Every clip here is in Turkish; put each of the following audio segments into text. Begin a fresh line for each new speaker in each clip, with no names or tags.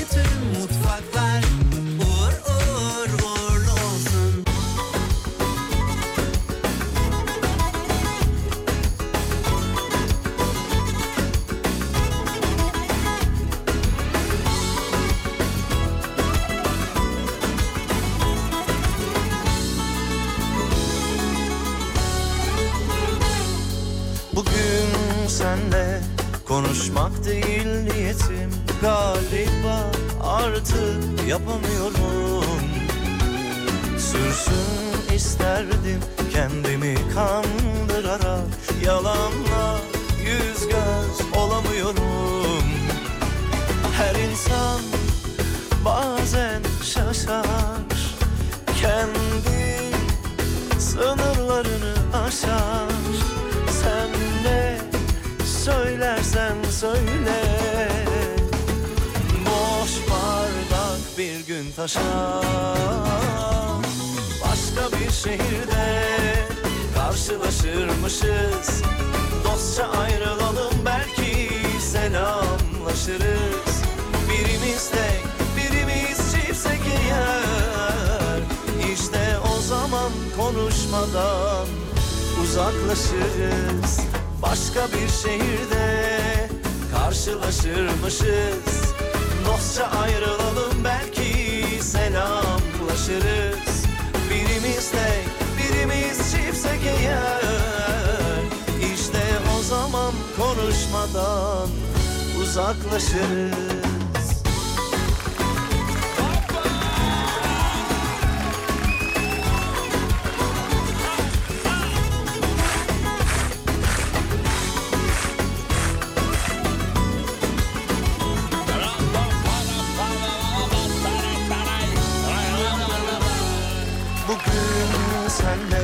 Bütün mutfaklar uğur uğur uğurlu olsun. Bugün senle konuşmak değil niyetim Galiba artık yapamıyorum Sürsün isterdim kendimi kandırarak Yalanla yüz göz olamıyorum Her insan bazen şaşar Kendi sınırlarını aşar Sen ne söylersen söyle Boş bardak bir gün taşar Başka bir şehirde karşılaşırmışız Dostça ayrılalım belki selamlaşırız Birimiz tek birimiz çiftse giyer İşte o zaman konuşmadan uzaklaşırız Başka bir şehirde karşılaşırmışız Dostça ayrılalım belki selamlaşırız Birimiz tek birimiz çiftse giyer İşte o zaman konuşmadan uzaklaşırız Bugün senle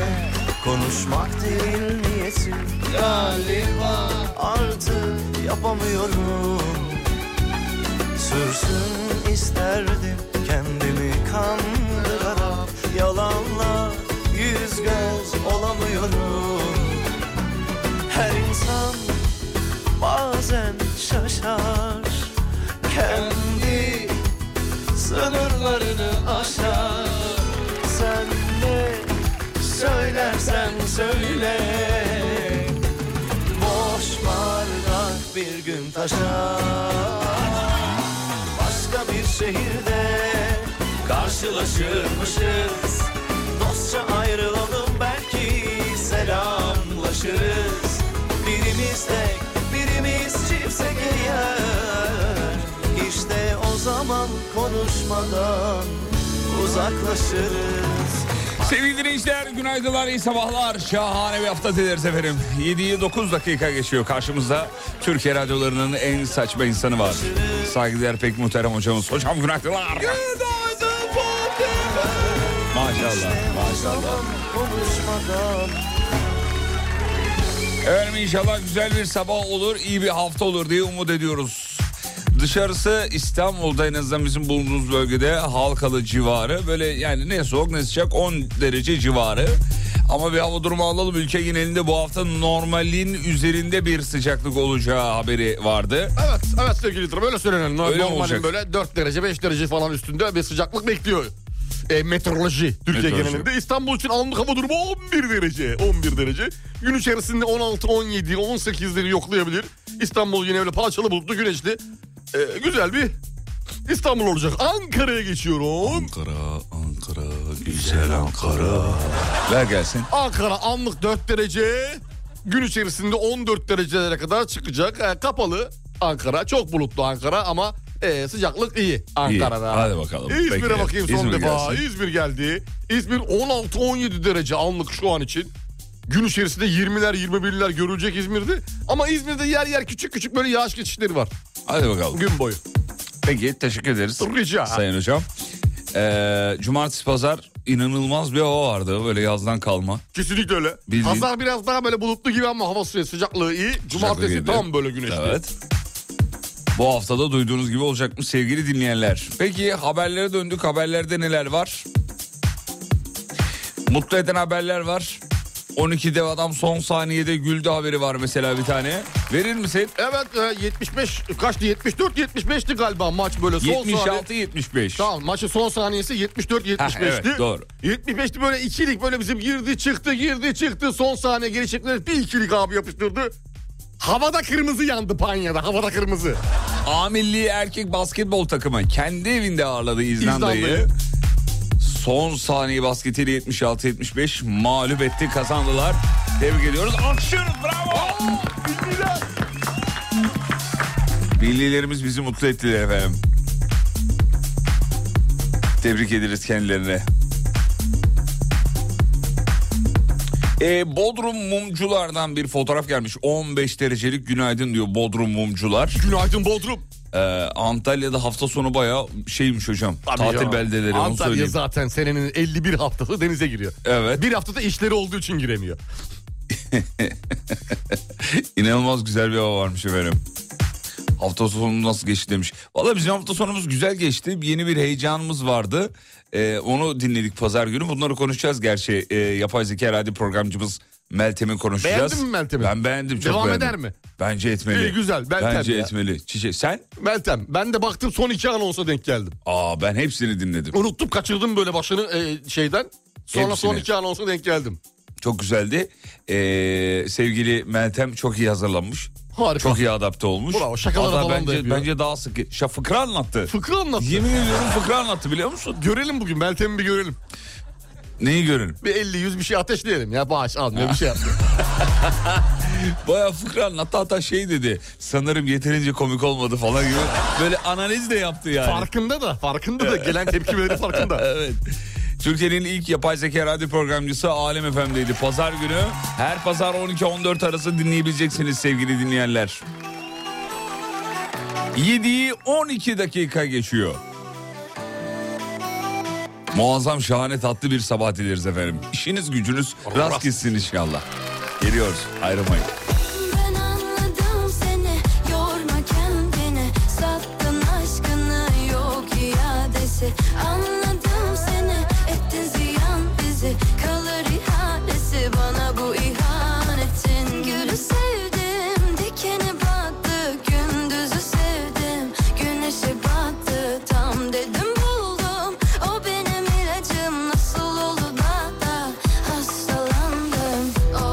konuşmak değil niyetim Galiba artık yapamıyorum Sürsün isterdim kendimi kandırarak Yalanla yüz göz olamıyorum Her insan bazen şaşar Kendi sınırlarını aşar Sen ne söylersen söyle Boş bardak bir gün taşar Başka bir şehirde karşılaşırmışız Dostça ayrılalım belki selamlaşırız Birimiz tek birimiz çiftse giyer İşte o zaman konuşmadan uzaklaşırız
Sevgili dinleyiciler günaydınlar, iyi sabahlar. Şahane bir hafta dileriz efendim. 7'yi 9 dakika geçiyor. Karşımızda Türkiye radyolarının en saçma insanı var. Saygıdeğer pek muhterem hocamız. Hocam günaydınlar. Maşallah, maşallah.
Konuşmadan
Efendim inşallah güzel bir sabah olur, iyi bir hafta olur diye umut ediyoruz. Dışarısı İstanbul'da en azından bizim bulunduğumuz bölgede Halkalı civarı. Böyle yani ne soğuk ne sıcak 10 derece civarı. Ama bir hava durumu alalım. Ülke genelinde bu hafta normalin üzerinde bir sıcaklık olacağı haberi vardı.
Evet, evet sevgili Yıldırım öyle söylenen.
Öyle
Normalin
olacak.
böyle 4 derece 5 derece falan üstünde bir sıcaklık bekliyor. E, meteoroloji Türkiye
Meteoroloji.
genelinde. İstanbul için anlık hava durumu 11 derece. 11 derece. Gün içerisinde 16, 17, 18'leri yoklayabilir. İstanbul yine öyle parçalı bulutlu güneşli. E, güzel bir İstanbul olacak. Ankara'ya geçiyorum.
Ankara, Ankara, güzel Ankara. Ver gelsin.
Ankara anlık 4 derece. Gün içerisinde 14 derecelere kadar çıkacak. E, kapalı Ankara. Çok bulutlu Ankara ama e, sıcaklık iyi Ankara'da.
İyi, hadi bakalım.
İzmir'e
Peki.
bakayım son
İzmir
defa.
gelsin.
İzmir geldi. İzmir 16-17 derece anlık şu an için. Gün içerisinde 20'ler 21'ler görülecek İzmir'de. Ama İzmir'de yer yer küçük küçük böyle yağış geçişleri var
Hadi bakalım.
gün boyu.
Peki teşekkür ederiz.
Rica.
Sayın hocam. Ee, cumartesi pazar inanılmaz bir hava vardı böyle yazdan kalma.
Kesinlikle öyle.
Bildiğin-
Pazar biraz daha böyle bulutlu gibi ama hava suyu sıcaklığı iyi. Cumartesi
gibi.
tam böyle güneşli.
Evet. Bu haftada duyduğunuz gibi olacakmış sevgili dinleyenler. Peki haberlere döndük. Haberlerde neler var? Mutlu eden haberler var. 12 dev adam son saniyede güldü haberi var mesela bir tane. Verir misin?
Evet e, 75 kaçtı 74 75'ti galiba maç böyle son saniye.
76-75.
Tamam maçın son saniyesi 74 75'ti.
Ha, evet, doğru.
75'ti böyle ikilik böyle bizim girdi çıktı girdi çıktı son saniye geri çektiler bir ikilik abi yapıştırdı. Havada kırmızı yandı Panya'da havada kırmızı.
A milli erkek basketbol takımı kendi evinde ağırladı İzlanda'yı.
İzlanda'yı.
Son saniye basketiyle 76-75 mağlup etti kazandılar. Tebrik ediyoruz. Alkışlıyoruz bravo. Millilerimiz bizi mutlu ettiler efendim. Tebrik ederiz kendilerine. Ee, Bodrum mumculardan bir fotoğraf gelmiş. 15 derecelik günaydın diyor Bodrum mumcular.
Günaydın Bodrum.
Ee, Antalya'da hafta sonu bayağı şeymiş hocam. tatil
ya.
beldeleri onu
Antalya
söyleyeyim.
zaten senenin 51 haftası denize giriyor.
Evet.
Bir haftada işleri olduğu için giremiyor.
İnanılmaz güzel bir hava varmış efendim. Hafta sonu nasıl geçti demiş. Valla bizim hafta sonumuz güzel geçti. Yeni bir heyecanımız vardı. Ee, onu dinledik pazar günü. Bunları konuşacağız gerçi. Ee, yapay zeka herhalde programcımız Meltem'i konuşacağız.
Beğendin mi Meltem'i?
Ben beğendim çok
Devam
beğendim.
eder mi?
Bence etmeli.
İyi, güzel. Meltem
Bence
ya.
etmeli. Çiçek sen?
Meltem ben de baktım son iki anonsa denk geldim.
Aa ben hepsini dinledim.
Unuttum kaçırdım böyle başını e, şeyden. Sonra son
Hepsini.
iki anonsa denk geldim.
Çok güzeldi. Ee, sevgili Meltem çok iyi hazırlanmış.
Harika.
Çok iyi adapte olmuş.
Bravo, şakaları
Hatta
falan da
bence,
yapıyor.
bence daha sık. Şa fıkra anlattı.
Fıkra anlattı.
Yemin ediyorum fıkra anlattı biliyor musun?
Görelim bugün Meltem'i bir görelim.
Neyi görelim?
Bir 50-100 bir şey ateşleyelim ya bağış almıyor bir şey yapmıyor.
Bayağı fıkra anlattı hatta şey dedi. Sanırım yeterince komik olmadı falan gibi. Böyle analiz de yaptı yani.
farkında da farkında da gelen tepkileri farkında.
Evet. Türkiye'nin ilk yapay zeka radyo programcısı Alem FM'deydi. Pazar günü her pazar 12-14 arası dinleyebileceksiniz sevgili dinleyenler. 7'yi 12 dakika geçiyor. Muazzam şahane tatlı bir sabah dileriz efendim. İşiniz gücünüz rast gitsin inşallah. Geliyoruz ayrılmayın.
Ben anladım seni yorma kendini sattın aşkını yok iadesi anladım seni ettin ziyan bizi kalır ihalesi bana bu ihanetin gülü sevdim dikeni battı gündüzü sevdim güneşi battı tam dedim buldum o benim ilacım nasıl oldu da da hastalandım Oh,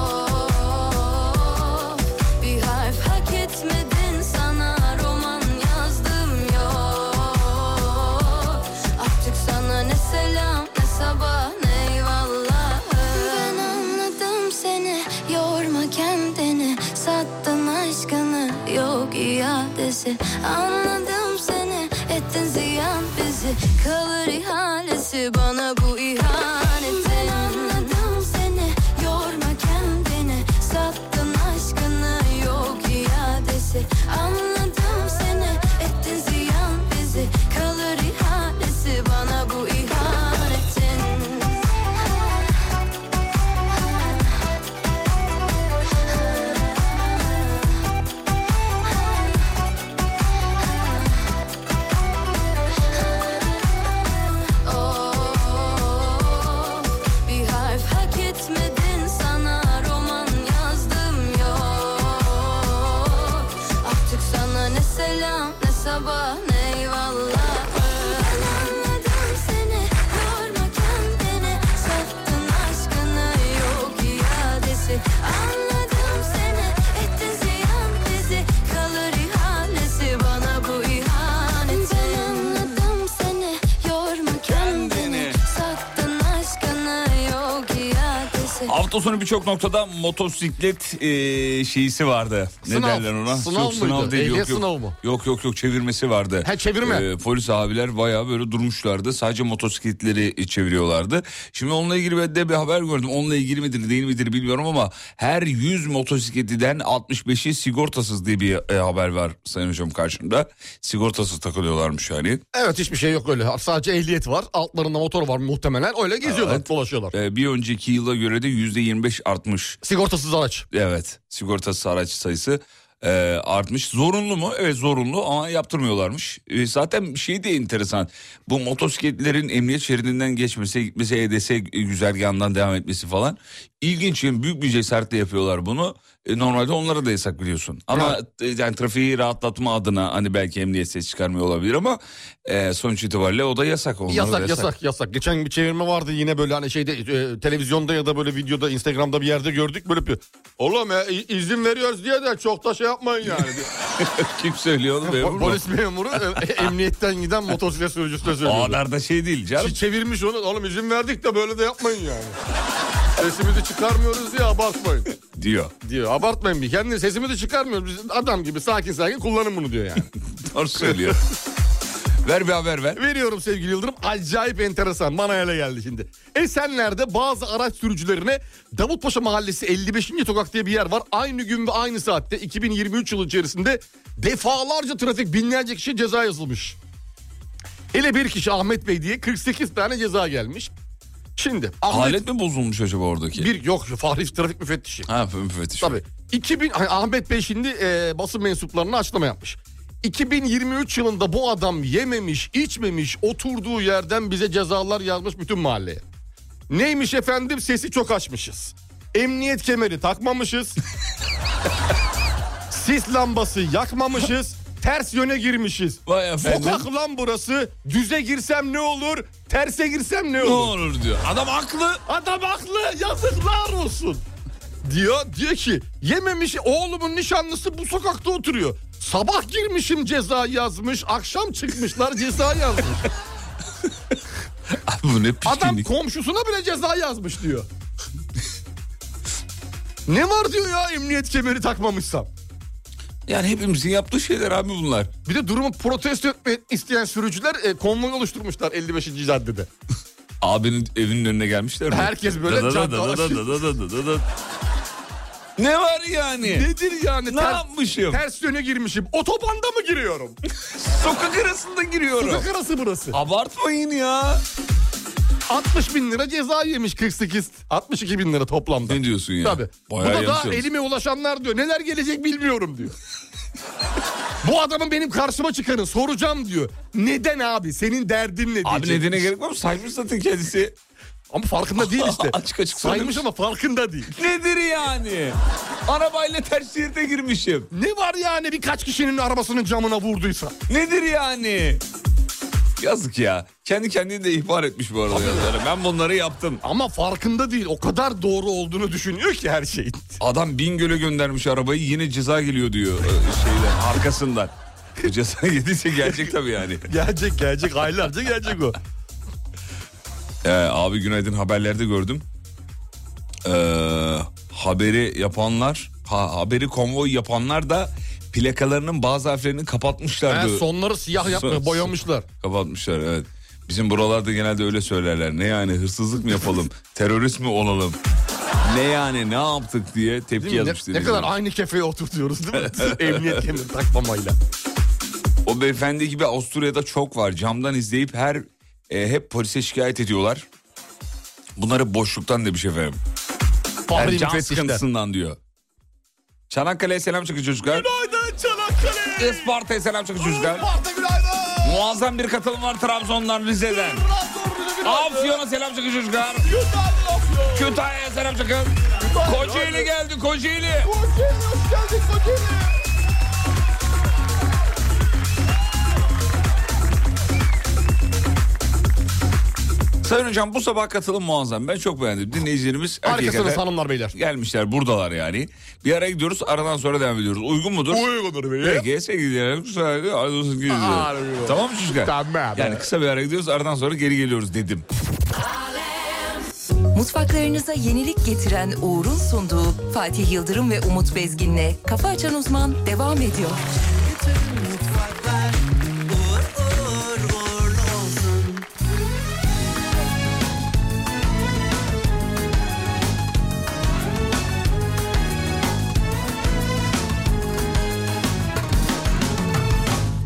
bir harf hak etmedin sana roman yazdım yok Artık sana ne selam ne sabah ne eyvallah Ben anladım seni yorma kendini Sattın aşkını yok iadesi Anladım seni ettin ziyan bizi Kalır ihalesi bana bu ihanetin Ben anladım seni yorma kendini Sattın aşkını yok iadesi Anladım seni ettin ziyan bizi Kalır ihalesi bana bu ihanetin Oh, bir harf hak etmedin sana roman yazdım yok Artık sana ne selam ne sabah ne eyvallah Ben anladım seni yorma kendini Sattın aşkını yok iadesi Anladım seni ettin ziyan bizi Kalır ihalesi bana bu ihanetin Ben anladım seni yorma kendini Sattın aşkını yok iadesi
Hafta sonu birçok noktada motosiklet eee şeysi vardı. Ne
Sınav.
derler ona?
Sınav
yok, sınav
mıydı?
değil. Yok,
Ehliyet
yok.
sınavı mı?
Yok yok yok çevirmesi vardı. E,
Ha, çevirme.
polis abiler bayağı böyle durmuşlardı. Sadece motosikletleri çeviriyorlardı. Şimdi onunla ilgili ben de bir haber gördüm. Onunla ilgili midir değil midir bilmiyorum ama her 100 motosikletiden 65'i sigortasız diye bir e, haber var Sayın Hocam karşımda. Sigortasız takılıyorlarmış yani.
Evet hiçbir şey yok öyle. Sadece ehliyet var. Altlarında motor var muhtemelen. Öyle geziyorlar dolaşıyorlar.
E, bir önceki yıla göre de %25 artmış.
Sigortasız araç.
Evet sigortasız araç sayısı e, artmış. Zorunlu mu? Evet zorunlu ama yaptırmıyorlarmış. E, zaten şey de enteresan. Bu motosikletlerin emniyet şeridinden geçmesi, gitmesi, EDS güzergahından devam etmesi falan. İlginç yani büyük bir cesaretle yapıyorlar bunu. E, normalde onlara da yasak biliyorsun. Ama e, yani trafiği rahatlatma adına hani belki emniyet ses çıkarmıyor olabilir ama e, sonuç itibariyle o da yasak. Onlara da
Yasak, yasak yasak Geçen bir çevirme vardı yine böyle hani şeyde e, televizyonda ya da böyle videoda Instagram'da bir yerde gördük böyle bir. Oğlum ya, i- izin veriyoruz diye de çok da şey yapmayın yani.
Kim söylüyor oğlum? memur mu?
Polis memuru e, emniyetten giden motosiklet sürücüsüne
O
söylüyordu.
kadar da şey değil canım.
Ç- Çevirmiş onu oğlum izin verdik de böyle de yapmayın yani. Sesimizi çıkarmıyoruz diye abartmayın
diyor.
diyor. Abartmayın bir kendi sesimizi çıkarmıyoruz. Biz adam gibi sakin sakin kullanın bunu diyor yani.
Doğru söylüyor. ver bir haber ver.
Veriyorum sevgili Yıldırım. Acayip enteresan. Bana öyle geldi şimdi. Esenler'de bazı araç sürücülerine Davutpaşa Mahallesi 55. sokak diye bir yer var. Aynı gün ve aynı saatte 2023 yılı içerisinde defalarca trafik binlerce kişi ceza yazılmış. Hele bir kişi Ahmet Bey diye 48 tane ceza gelmiş. Şimdi Ahmet
Alet mi bozulmuş acaba oradaki?
bir yok Fahri Trafik Müfettişi.
Ha müfettiş.
Tabii. 2000 Ay, Ahmet Bey şimdi e, basın mensuplarına açıklama yapmış. 2023 yılında bu adam yememiş, içmemiş, oturduğu yerden bize cezalar yazmış bütün mahalleye. Neymiş efendim? Sesi çok açmışız. Emniyet kemeri takmamışız. Sis lambası yakmamışız. Ters yöne girmişiz.
Vay efendim.
Sokak lan burası. Düze girsem ne olur? Terse girsem ne
Ne
olur?
olur diyor. Adam haklı.
Adam haklı yazıklar olsun. Diyor diyor ki yememiş oğlumun nişanlısı bu sokakta oturuyor. Sabah girmişim ceza yazmış akşam çıkmışlar ceza yazmış.
Abi bu ne
Adam
pişkinlik.
komşusuna bile ceza yazmış diyor. ne var diyor ya emniyet kemeri takmamışsam.
yani hepimizin yaptığı şeyler abi bunlar.
Bir de durumu protesto etmek isteyen sürücüler e, konvoy oluşturmuşlar 55. caddede.
Abinin evinin önüne gelmişler mi?
Herkes böyle
Da da da
cadde-
da da da da da da da. Ne var yani?
Nedir yani?
Ne yapmışım?
Ters yöne girmişim. Otobanda mı giriyorum?
Sokak arasında giriyorum.
Sokak arası burası.
Abartmayın ya.
60 bin lira ceza yemiş 48. 62 bin lira toplamda.
Ne diyorsun ya?
Tabii.
Bayağı
Bu da daha
yanlış yapmış.
elime ulaşanlar diyor. Neler gelecek bilmiyorum diyor. Bu adamın benim karşıma çıkanı soracağım diyor. Neden abi? Senin derdin ne
Abi
diyecek.
nedene gerek var mı? Saymış zaten kendisi.
Ama farkında değil işte.
Açık açık
Saymış
söylemiş.
ama farkında değil.
Nedir yani? Arabayla ters şeride girmişim.
Ne var yani birkaç kişinin arabasının camına vurduysa?
Nedir yani? Yazık ya. Kendi kendini de ihbar etmiş bu arada yazarı. Ben bunları yaptım.
Ama farkında değil. O kadar doğru olduğunu düşünüyor ki her şeyin.
Adam Bingöl'e göndermiş arabayı yine ceza geliyor diyor e, şeyden arkasından. Bu ceza yediyse gelecek tabii yani.
Gelecek gelecek aylarca gelecek o.
Ee, abi günaydın haberlerde gördüm. Ee, haberi yapanlar, ha, haberi konvoy yapanlar da plakalarının bazı harflerini kapatmışlar
Ha,
diyor.
sonları siyah
Son-
yapmıyor boyamışlar.
Kapatmışlar evet. Bizim buralarda genelde öyle söylerler. Ne yani hırsızlık mı yapalım? Terörist mi olalım? Ne yani ne yaptık diye tepki
Değil mi?
yazmış.
Ne, ne kadar
dinleyiciler.
aynı kefeye oturtuyoruz değil mi? Emniyet kemeri takmamayla.
O beyefendi gibi Avusturya'da çok var. Camdan izleyip her e, hep polise şikayet ediyorlar. Bunları boşluktan demiş efendim.
Fahri
Yani can
müfettişler.
sıkıntısından diyor. Çanakkale'ye selam çakın çocuklar.
Günaydın Çanakkale.
Isparta'ya selam çakın çocuklar.
Isparta günaydın.
Muazzam bir katılım var Trabzon'dan, Rize'den.
Trabzon günaydın.
Afyon'a selam çakın çocuklar.
Günaydın Afyon.
Kütahya'ya selam çakın. Kocaeli geldi Kocaeli.
Kocaeli hoş geldik Kocaeli.
Sayın hocam bu sabah katılım muazzam. Ben çok beğendim. Dinleyicilerimiz
Harikasınız
hakikaten
hanımlar beyler.
gelmişler buradalar yani. Bir ara gidiyoruz aradan sonra devam ediyoruz. Uygun mudur?
Uygundur be.
Peki sevgili dinleyenler kusura bakmayın, arada olsun geri dönüyoruz.
Harika.
Tamam mı çocuklar?
Tamam.
Yani kısa bir ara gidiyoruz aradan sonra geri geliyoruz dedim.
Mutfaklarınıza yenilik getiren Uğur'un sunduğu Fatih Yıldırım ve Umut Bezgin'le Kafa Açan Uzman devam ediyor.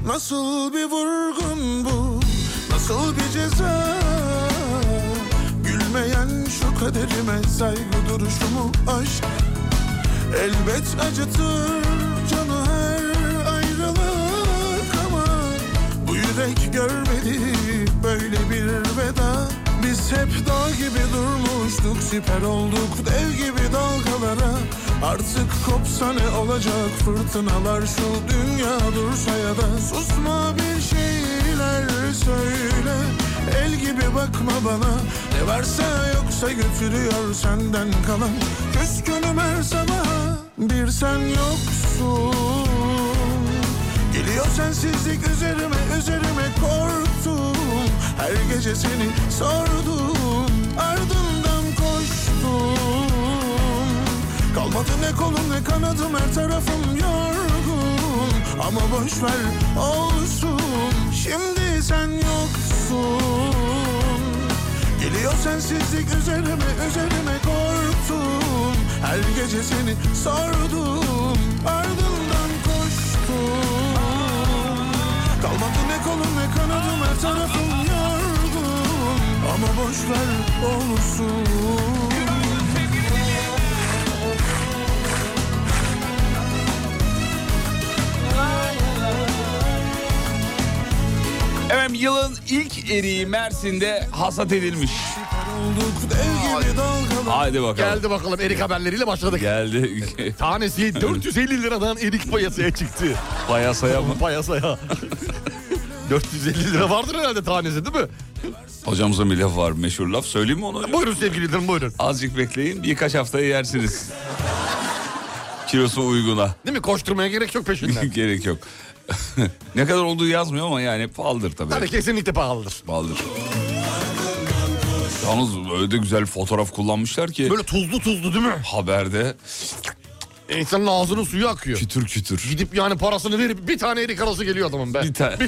Nasıl bir vurgun bu Nasıl bir ceza Gülmeyen şu kaderime Saygı duruşumu aşk Elbet acıtır canı
görmedi böyle bir veda Biz hep dağ gibi durmuştuk siper olduk dev gibi dalgalara Artık kopsa ne olacak fırtınalar şu dünya dursa ya da Susma bir şeyler söyle El gibi bakma bana Ne varsa yoksa götürüyor senden kalan Küskünüm her sabaha Bir sen yoksun Geliyor sensizlik üzerime üzerime korktum Her gece seni sordum ardından koştum Kalmadı ne kolum ne kanadım her tarafım yorgun Ama boş ver olsun şimdi sen yoksun Geliyor sensizlik üzerime üzerime korktum Her gece seni sordum ardından koştum Kalmadı ne kolum ne kanadım her tarafım yorgun Ama boşver olsun
Efendim yılın ilk eriği Mersin'de hasat edilmiş.
Olduk dev gibi dalgalar
Haydi bakalım.
Geldi bakalım erik haberleriyle başladık.
Geldi.
Tanesi 450 liradan erik payasaya çıktı.
Payasaya mı?
Payasaya. 450 lira vardır herhalde tanesi değil mi?
Hocamızın bir laf var meşhur laf. Söyleyeyim mi onu? hocam?
Buyurun sevgili dinlerim buyurun.
Azıcık bekleyin birkaç haftaya yersiniz. Kilosu uyguna.
Değil mi? Koşturmaya gerek yok peşinden.
Gerek yok. ne kadar olduğu yazmıyor ama yani pahalıdır tabii.
Tabii kesinlikle pahalıdır.
Pahalıdır. Yalnız öyle de güzel fotoğraf kullanmışlar ki
Böyle tuzlu tuzlu değil mi?
haberde
İnsanın ağzının suyu akıyor.
kütür kütür.
Gidip yani parasını verip bir tane erik arası geliyor adamın be.
Bir tane.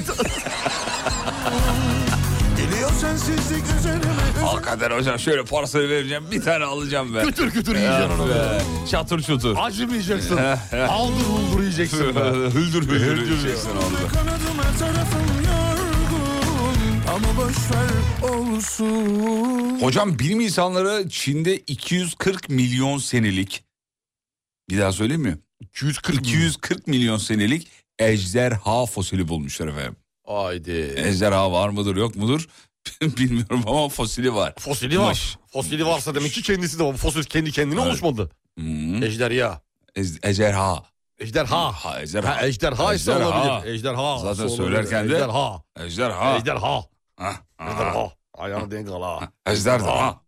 Geliyor sensizlik üzerime
Hakikaten hocam şöyle parasını vereceğim bir tane alacağım ben.
Kütür kütür yiyeceksin onu be.
Çatır çutur.
Acımayacaksın. Aldır uldur yiyeceksin be.
hüldür hüldür yiyeceksin orada.
Kanadım her tarafım yorgun Ama boşver olsun
Hocam bilim insanları Çin'de 240 milyon senelik bir daha söyleyeyim mi?
240 milyon.
240 milyon senelik ejderha fosili bulmuşlar efendim.
Haydi.
Ejderha var mıdır yok mudur bilmiyorum ama fosili var.
Fosili var. Fosili varsa demek ki kendisi de var. Fosil kendi kendine
Evet.
oluşmadı.
Hmm.
Ejderha.
Ez- ejderha.
Ejderha.
Ha,
Ha,
ejderha.
ejderha ise
Ejderha.
olabilir. Ejderha.
Zaten
olabilir.
söylerken de-
Ejderha.
Ejderha.
Ejderha.
Ha, ha.
Ejderha. Ayağını denk al ha.
Ejderha.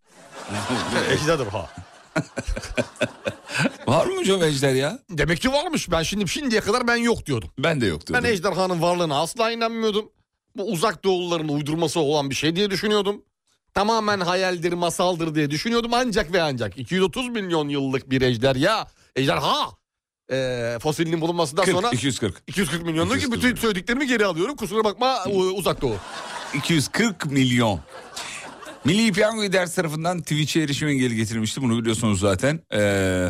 Ejderha.
Var mı hocam ejder ya?
Demek ki varmış. Ben şimdi şimdiye kadar ben yok diyordum.
Ben de yoktu.
Ben ejderhanın varlığına asla inanmıyordum. Bu uzak doğuların uydurması olan bir şey diye düşünüyordum. Tamamen hayaldir, masaldır diye düşünüyordum ancak ve ancak 230 milyon yıllık bir ejderha, ejderha e, fosilinin bulunmasından
40,
sonra
240.
240 milyonluk
240
bütün söylediklerimi geri alıyorum. Kusura bakma e, uzak doğu.
240 milyon. Milli Piyango İdaresi tarafından Twitch'e erişim engeli getirilmişti. Bunu biliyorsunuz zaten. Ee,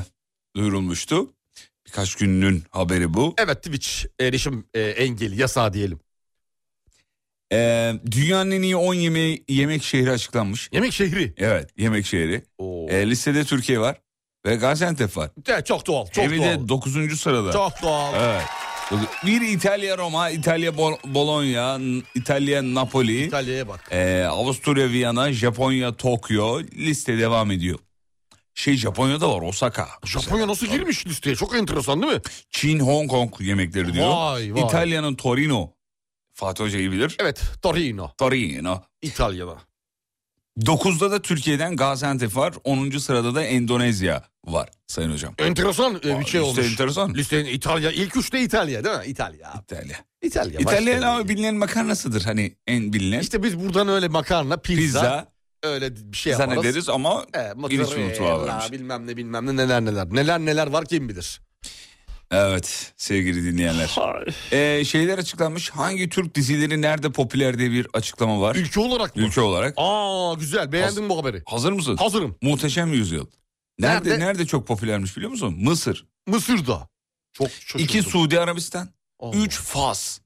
duyurulmuştu. Birkaç günün haberi bu.
Evet Twitch erişim e, engeli yasağı diyelim.
Ee, dünyanın en iyi 10 yemeği, yemek şehri açıklanmış.
Yemek şehri.
Evet yemek şehri.
Oo.
Ee, listede Türkiye var ve Gaziantep var.
De, çok doğal. Çok
Hem
doğal.
de 9. sırada.
çok doğal.
Evet. Bir İtalya Roma, İtalya Bol- Bologna, N- İtalya Napoli,
İtalya'ya bak.
ee, Avusturya Viyana, Japonya Tokyo liste devam ediyor. Şey Japonya'da var Osaka.
Japonya nasıl girmiş listeye? Çok enteresan değil mi?
Çin Hong Kong yemekleri diyor.
Vay, vay.
İtalya'nın Torino. Fatih Hoca iyi bilir.
Evet Torino.
Torino.
İtalya'da.
9'da da Türkiye'den Gaziantep var. 10. sırada da Endonezya var Sayın Hocam.
Enteresan e, bir şey
Liste
olmuş.
enteresan.
Listenin İtalya ilk üçte İtalya değil mi? İtalya.
İtalya.
İtalya.
İtalyan
başka-
ama bilinen makarnasıdır hani en bilinen.
İşte biz buradan öyle makarna, pizza,
Pizza
öyle bir şey yaparız.
zannederiz ama
E,
giriş mutfağı
mozzarella,
varmış.
bilmem ne bilmem ne neler neler. Neler neler var kim bilir.
Evet sevgili dinleyenler. Ee, şeyler açıklanmış. Hangi Türk dizileri nerede popüler diye bir açıklama var.
Ülke olarak mı?
Ülke olarak.
Aa güzel beğendim bu haberi.
Hazır mısın?
Hazırım.
Muhteşem Yüzyıl. Nerede,
Nerede?
nerede çok popülermiş biliyor musun? Mısır.
Mısır'da. Çok şaşırdım.
İki Suudi Arabistan.
Allah.
Üç Fas.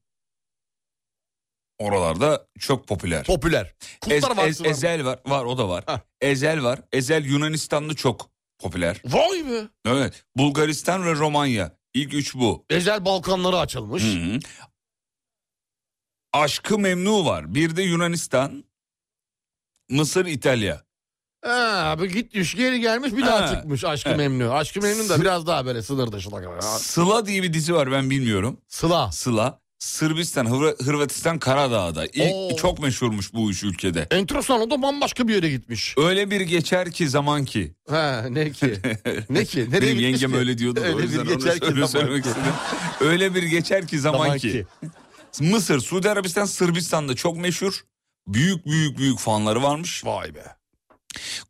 Oralarda çok popüler.
popüler. Kurtlar
Ez- Ez-
Vadisi var mı?
Ezel var. Var o da var.
Ha.
Ezel var. Ezel Yunanistan'da çok popüler.
Vay be.
Evet. Bulgaristan ve Romanya. İlk üç bu.
Ezel Balkanları açılmış.
Hı hı. Aşkı Memnu var. Bir de Yunanistan, Mısır, İtalya.
Ha, bu gitmiş geri gelmiş bir daha
Ha.
çıkmış Aşkı
Evet.
Memnu. Aşkı Memnu da biraz daha böyle sınır dışına
Sıla diye bir dizi var ben bilmiyorum.
Sıla.
Sıla. Sırbistan, Hırva- Hırvatistan, Karadağ'da. İlk,
Oo.
Çok meşhurmuş bu üç ülkede.
Enteresan o da bambaşka bir yere gitmiş.
Öyle bir geçer ki zaman ki.
Ha ne ki? ne ki? Nereye
Benim
gitmiş
yengem
ki?
öyle diyordu. da
Öyle
o
bir
yüzden onu
geçer ki
söyle-
zaman
söylemek
ki.
istedim. Öyle bir geçer ki zaman,
Zaman
ki.
ki.
Mısır, Suudi Arabistan, Sırbistan'da çok meşhur. Büyük büyük büyük fanları varmış.
Vay be.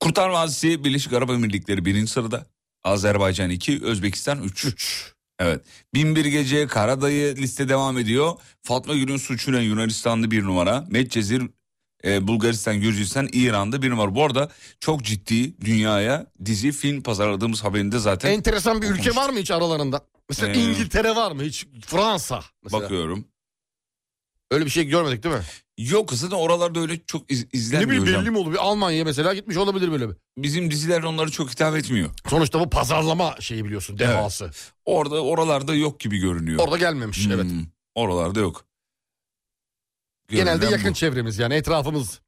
Kurtarma Azisi Birleşik Arap Emirlikleri birinci sırada. Azerbaycan 2, Özbekistan 3. Evet. Bin Bir Gece, Karadayı liste devam ediyor. Fatma Gül'ün suçuyla Yunanistan'da bir numara. Medcezir, e, Bulgaristan, Gürcistan, İran'da bir numara. Bu arada çok ciddi dünyaya dizi, film pazarladığımız haberinde zaten
Enteresan bir ülke var mı hiç aralarında? Mesela
Ee,
İngiltere var mı hiç? Fransa. Mesela.
bakıyorum.
Öyle bir şey görmedik değil mi?
Yok zaten oralarda öyle çok iz,
Ne
izlenmiyor
bileyim
hocam.
belli mi olur? Bir Almanya mesela gitmiş olabilir böyle bir.
Bizim diziler onlara çok hitap etmiyor.
Sonuçta bu pazarlama şeyi biliyorsun devası.
Orada oralarda yok gibi görünüyor.
Orada gelmemiş evet.
Hmm, Oralarda yok.
Genelde
Görünen
yakın
bu.
çevremiz yani etrafımız.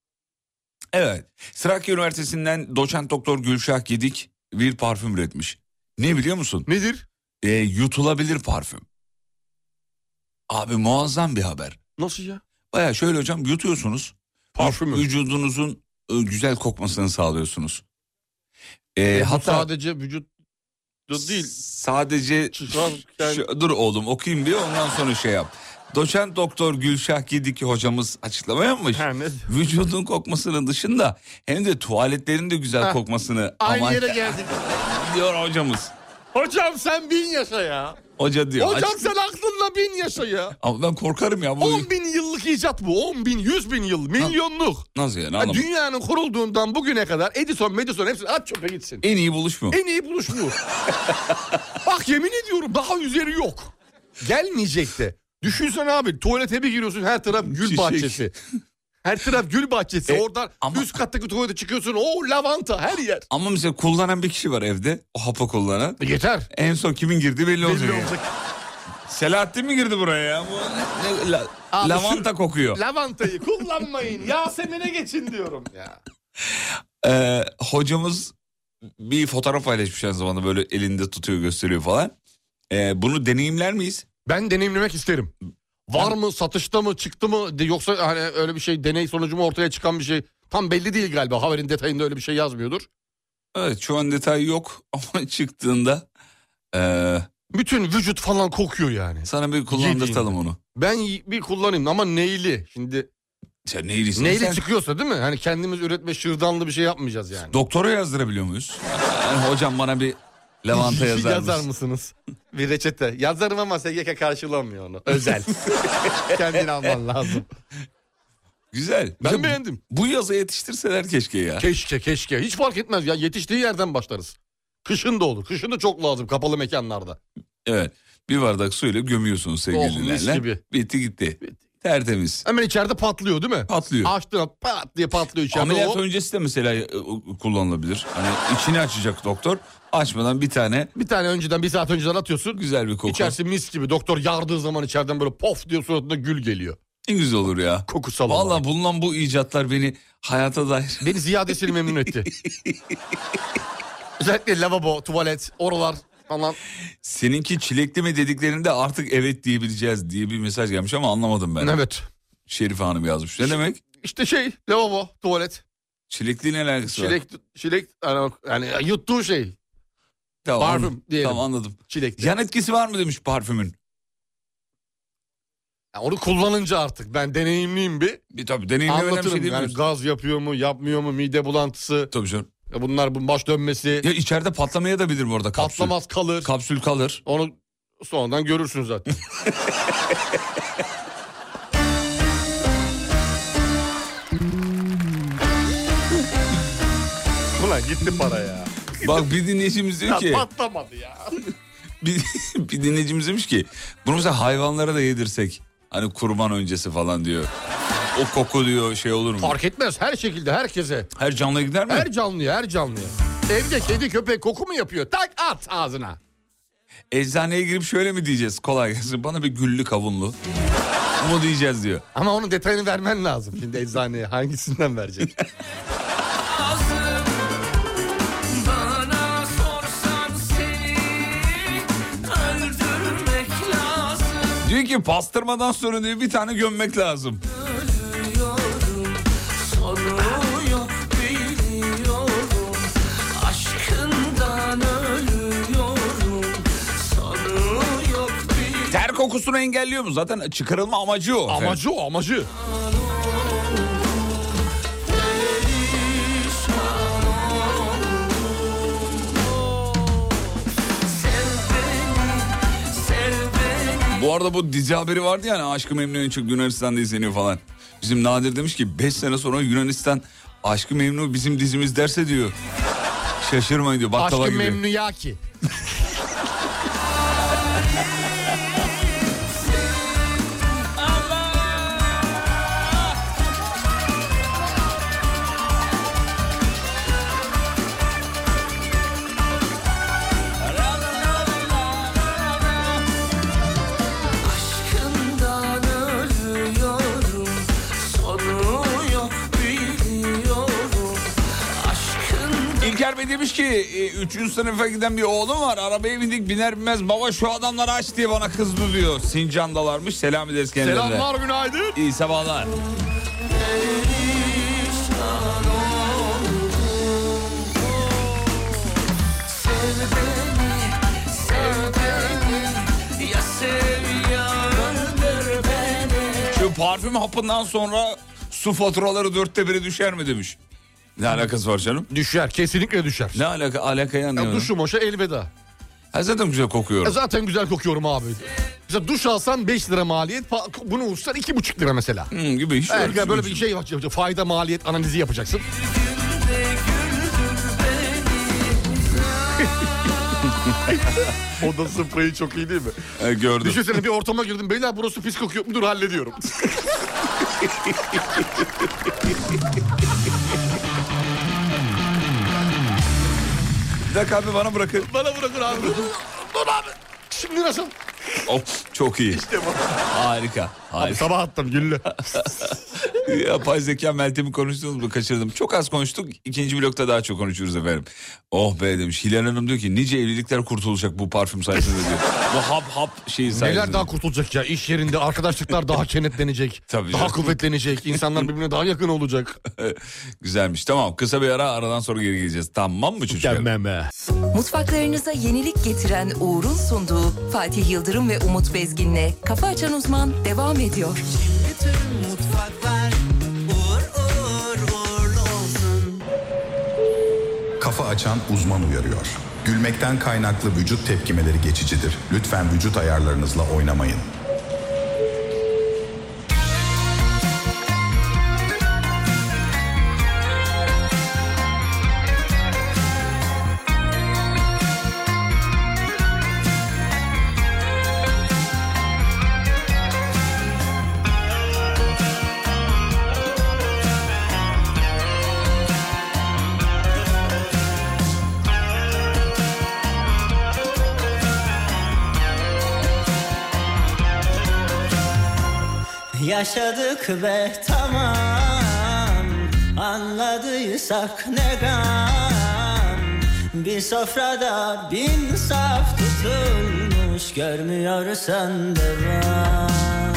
Evet. Trakya Üniversitesi'nden doçent doktor Gülşah Gedik bir parfüm üretmiş. Ne biliyor musun?
Nedir?
Ee, yutulabilir parfüm. Abi muazzam bir haber.
Nasıl ya?
Baya şöyle hocam yutuyorsunuz.
Parfümü.
Vücudunuzun e, güzel kokmasını sağlıyorsunuz. Ee,
E, Bu
hatta
sadece vücut değil.
Sadece
Çıkarken-
Şu- dur oğlum okuyayım bir ondan sonra şey yap. Doçent Doktor Gülşah Gediki hocamız açıklama yapmış.
Ha, ne-
Vücudun kokmasının dışında hem de tuvaletlerin de güzel
Ha.
kokmasını
Aynı
aman
yere geldik.
diyor hocamız.
Hocam sen bin yaşa ya.
Hoca diyor.
Hocam
Aç-
sen aklınla bin yaşa ya.
Ama ben korkarım ya bu
10 bin yıllık icat bu. 10 bin, 100 bin yıl. Milyonluk.
nasıl yani
Ha,
anlamadım.
dünyanın kurulduğundan bugüne kadar Edison, Edison hepsi at çöpe gitsin.
En iyi buluş mu?
En iyi buluş bu. Bak yemin ediyorum daha üzeri yok. Gelmeyecek de. Düşünsene abi tuvalete bir giriyorsun her taraf gül
Şişek.
bahçesi. Her taraf gül bahçesi.
E,
Oradan
ama-
üst kattaki tuvalete çıkıyorsun. O lavanta her yer.
Ama mesela kullanan bir kişi var evde. O hapı kullanan.
E, Yeter.
En son kimin girdi belli olacak.
Belli
yani.
olacak.
Selahattin mi girdi buraya ya? Bu ne- ne- la-
Abi
lavanta
sür-
kokuyor.
Lavantayı kullanmayın. Yasemin'e geçin diyorum ya.
Ee, hocamız bir fotoğraf paylaşmış aynı zamanda böyle elinde tutuyor gösteriyor falan. Ee, bunu deneyimler miyiz?
Ben deneyimlemek isterim. Var mı satışta mı çıktı mı de- yoksa hani öyle bir şey deney sonucu mu ortaya çıkan bir şey tam belli değil galiba haberin detayında öyle bir şey yazmıyordur.
Evet şu an detay yok ama çıktığında ee,
Bütün vücut falan kokuyor yani.
sana bir kullandırtalım onu.
Ben y- bir kullanayım ama neyli şimdi
Sen neyi istiyorsun?
neyli
Sen-
çıkıyorsa değil mi? Hani kendimiz üretme şırdanlı bir şey yapmayacağız yani.
Doktora yazdırabiliyor muyuz? Yani hocam bana bir lavanta yazar,
Yazar
mısın?
mısınız? Bir reçete. Yazarım ama SGK karşılamıyor onu. Özel. Kendini alman lazım.
Güzel.
Ben
Güzel.
beğendim.
Bu yazı yetiştirseler keşke ya.
Keşke keşke. Hiç fark etmez ya. Yetiştiği yerden başlarız. Kışın da olur. Kışın da çok lazım kapalı mekanlarda.
Evet. Bir bardak suyla gömüyorsunuz sevgililerle.
gibi.
Bitti gitti. Tertemiz.
Hemen içeride patlıyor değil mi?
Patlıyor.
Açtığında pat diye patlıyor içeride.
Ameliyat
o.
öncesi de mesela e, o- kullanılabilir. Hani içini açacak doktor. Açmadan bir tane
Bir tane önceden bir saat önceden atıyorsun.
güzel bir koku.
İçerisi mis gibi. Doktor yardığı zaman içeriden böyle pof diye suratında gül geliyor.
Ne güzel olur ya.
Kokusal olarak.
Valla bulunan bu icatlar beni hayata dair
Beni ziyadesiyle memnun etti. Özellikle lavabo, tuvalet, oralar falan.
seninki çilekli mi dediklerinde artık evet diyebileceğiz diye bir mesaj gelmiş ama anlamadım ben.
Evet.
Şerife Hanım yazmış. Ne demek?
İşte şey lavabo, tuvalet,
Çilekli ne alakası var?
çilek, çilek yani- yani yuttuğu şey
Tamam,
parfüm
anladım.
diyelim.
Tamam anladım.
çilekli.
Yan etkisi var mı demiş parfümün.
Ya onu kullanınca artık ben deneyimliyim bir.
Bir tabii deneyimlemeden bir
Anlatırım
şey değil
yani
mi?
gaz yapıyor mu yapmıyor mu mide bulantısı
Tabii canım.
ya bunlar bu baş dönmesi
Ya içeride patlamaya da bilir bu arada kapsül.
patlamaz kalır.
Kapsül kalır.
Onu sonradan görürsün zaten. Ulan gitti para ya.
Bak bir dinleyicimiz diyor
Ya
ki.
patlamadı ya.
bir, bir dinleyicimiz demiş ki bunu mesela hayvanlara da yedirsek hani kurban öncesi falan diyor. O koku diyor şey olur mu?
Fark etmez her şekilde herkese.
Her canlıya gider mi?
Her canlıya her canlıya. Evde kedi köpek koku mu yapıyor? Tak at ağzına.
Eczaneye girip şöyle mi diyeceğiz? Kolay gelsin. Bana bir güllü kavunlu. Mu diyeceğiz diyor.
Ama onun detayını vermen lazım. Şimdi eczaneye hangisinden verecek?
Bana sorsan seni öldürmek lazım
Diyor ki pastırmadan sonra diyor bir tane gömmek lazım.
Ölüyorum sonu yok biliyorum Aşkından ölüyorum sonu yok biliyorum
Ter kokusunu engelliyor mu? Zaten çıkarılma amacı o. efendim.
amacı o amacı.
Bu arada bu dizi haberi vardı yani Aşkı Memnu'nun çık Yunanistan'da izleniyor falan. Bizim Nadir demiş ki 5 sene sonra Yunanistan Aşkı Memnu bizim dizimiz derse diyor. Şaşırmayın diyor baklava
Aşkı
gibi.
memnuyaki.
Aşkından ölüyorum sonu yok biliyorum Aşkından
İlker Bey demiş ki 3. sınıfa giden bir oğlum var arabaya bindik biner binmez baba şu adamlar aç diye bana kızdı diyor. Sincan'dalarmış selam ederiz kendilerine.
Selamlar günaydın.
İyi sabahlar.
Sev beni, sev beni Ya sev ya öldür beni
Şu parfüm hapından sonra su faturaları dörtte biri düşer mi demiş. Ne alakası var canım?
Düşer kesinlikle düşer.
Ne alaka, alakaya
Ya
anlıyorum.
duşum hoşa elveda.
Ha, zaten güzel
Ya
kokuyorum.
zaten güzel kokuyorum abi. Mesela duş alsan 5 lira maliyet, pa- bunu uçsan 2,5 lira mesela.
Hmm, gibi hiç
Evet,
öyle
böyle bir şey yapacak. Fayda maliyet analizi yapacaksın. Oda spreyi çok iyi değil mi?
E, gördüm.
Düşünsene bir ortama girdim. Beyler burası pis kokuyor. Dur hallediyorum.
Bir dakika abi bana bırakın.
Bana bırakın abi. Dur, dur, dur abi. Şimdi nasıl?
Of Oh, çok iyi. Harika. Harika.
Sabah attım güllü.
Yapay zeka Meltem'i konuştunuz mu? Kaçırdım. Çok az konuştuk. İkinci blokta daha çok konuşuruz efendim. Oh be demiş. Hilal Hanım diyor ki nice evlilikler kurtulacak bu parfüm sayesinde diyor. bu hap hap şeyi sayesinde.
Neler daha kurtulacak ya? İş yerinde arkadaşlıklar daha kenetlenecek.
Tabii
daha
canım.
kuvvetlenecek. İnsanlar birbirine daha yakın olacak.
Güzelmiş. Tamam kısa bir ara aradan sonra geri geleceğiz. Tamam mı çocuklar?
Meme.
Mutfaklarınıza yenilik getiren Uğur'un sunduğu Fatih Yıldırım ve Umut Bezgin'le Kafa Açan Uzman devam ediyor.
Bütün mutfaklar uğur uğur uğurlu olsun
Kafa açan uzman uyarıyor. Gülmekten kaynaklı vücut tepkimeleri geçicidir. Lütfen vücut ayarlarınızla oynamayın.
Yaşadık be tamam Anladıysak ne gam Bir sofrada bin saf tutulmuş Görmüyorsan devam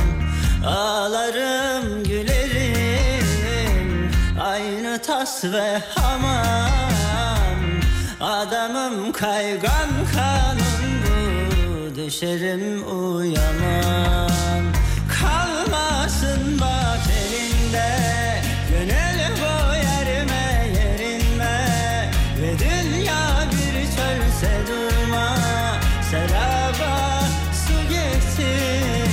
Ağlarım gülerim Aynı tas ve hamam Adamım kaygan kanım bu Düşerim uyamam Kalmasın bak elinde Gönül bu yerime yerinme Ve dünya bir çölse durma Seraba su getir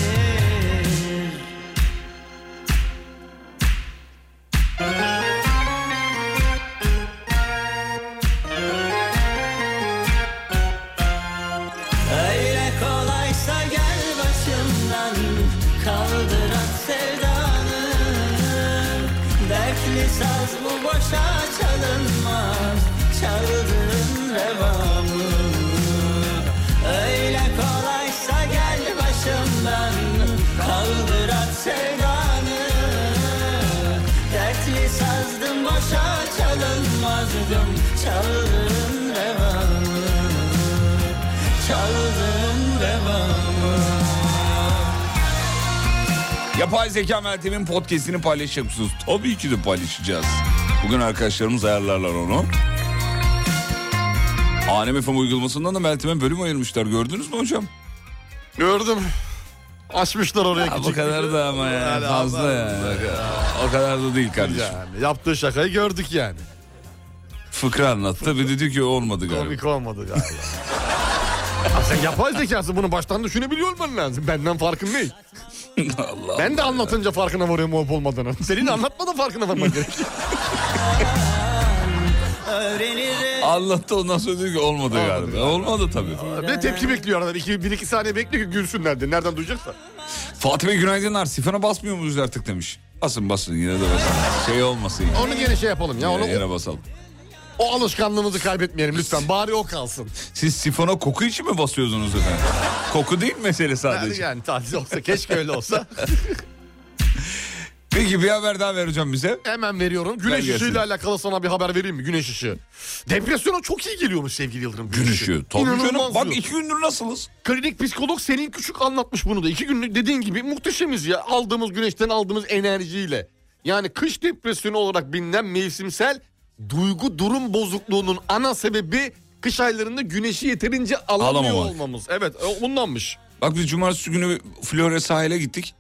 Öyle kolaysa gel başımdan Kaldır at sevdanı Dertli saz bu boşa çalınmaz Çaldığın revamı Öyle kolaysa gel başımdan Kaldır at sevdanı
çaldırın devamı Çaldırın devamı
Yapay zeka Meltem'in podcastini paylaşacak mısınız? Tabii ki de paylaşacağız. Bugün arkadaşlarımız ayarlarlar onu. Alem FM uygulamasından da Meltem'e bölüm ayırmışlar. Gördünüz mü hocam?
Gördüm. Açmışlar oraya
Ha, bu
küçük.
kadar da ama ya
Yani
fazla
abartı
ya. O kadar da değil kardeşim.
Yani yaptığı şakayı gördük yani.
Fıkra anlattı bir dedi ki olmadı galiba.
Komik olmadı galiba. Aslında yapay zekası bunu baştan düşünebiliyor olman lazım. Benden farkın ne?
Allah.
Ben de anlatınca farkına varıyorum olup olmadığını. Senin anlatmadan farkına varman gerekiyor.
Öğrenirim
Anlattı ondan sonra dedi ki olmadı galiba. Olmadı tabii.
Ve tepki bekliyor aradan. İki, bir iki saniye bekliyor ki gülsünler diye. Nereden duyacaksa.
Fatime günaydınlar. Sifona basmıyor muyuz artık demiş. Basın basın yine de basın. Şey olmasın yani.
Onu gene şey yapalım ya. Onu,
Yine, yine basalım.
o alışkanlığımızı kaybetmeyelim lütfen. Bari o kalsın.
Siz sifona koku için mi basıyorsunuz efendim? koku değil mesele
Yani,
sadece.
yani tatil olsa keşke öyle olsa.
Peki bir haber daha vereceğim bize.
Hemen veriyorum.
Ver
Güneş
gelsin.
ışığıyla alakalı sana bir haber vereyim mi? Güneş ışığı. Depresyona çok iyi geliyormuş sevgili Yıldırım.
Gün ışığı. Tabii
İnanılmaz
canım. Bak
diyor.
iki gündür nasılız?
Klinik psikolog Selin Küçük anlatmış bunu da. İki günlük dediğin gibi muhteşemiz ya. Aldığımız güneşten aldığımız enerjiyle. Yani kış depresyonu olarak bilinen mevsimsel duygu durum bozukluğunun ana sebebi kış aylarında güneşi yeterince alamıyor
Alamamak.
olmamız. Evet o bundanmış.
Bak biz cumartesi günü Flore sahile gittik.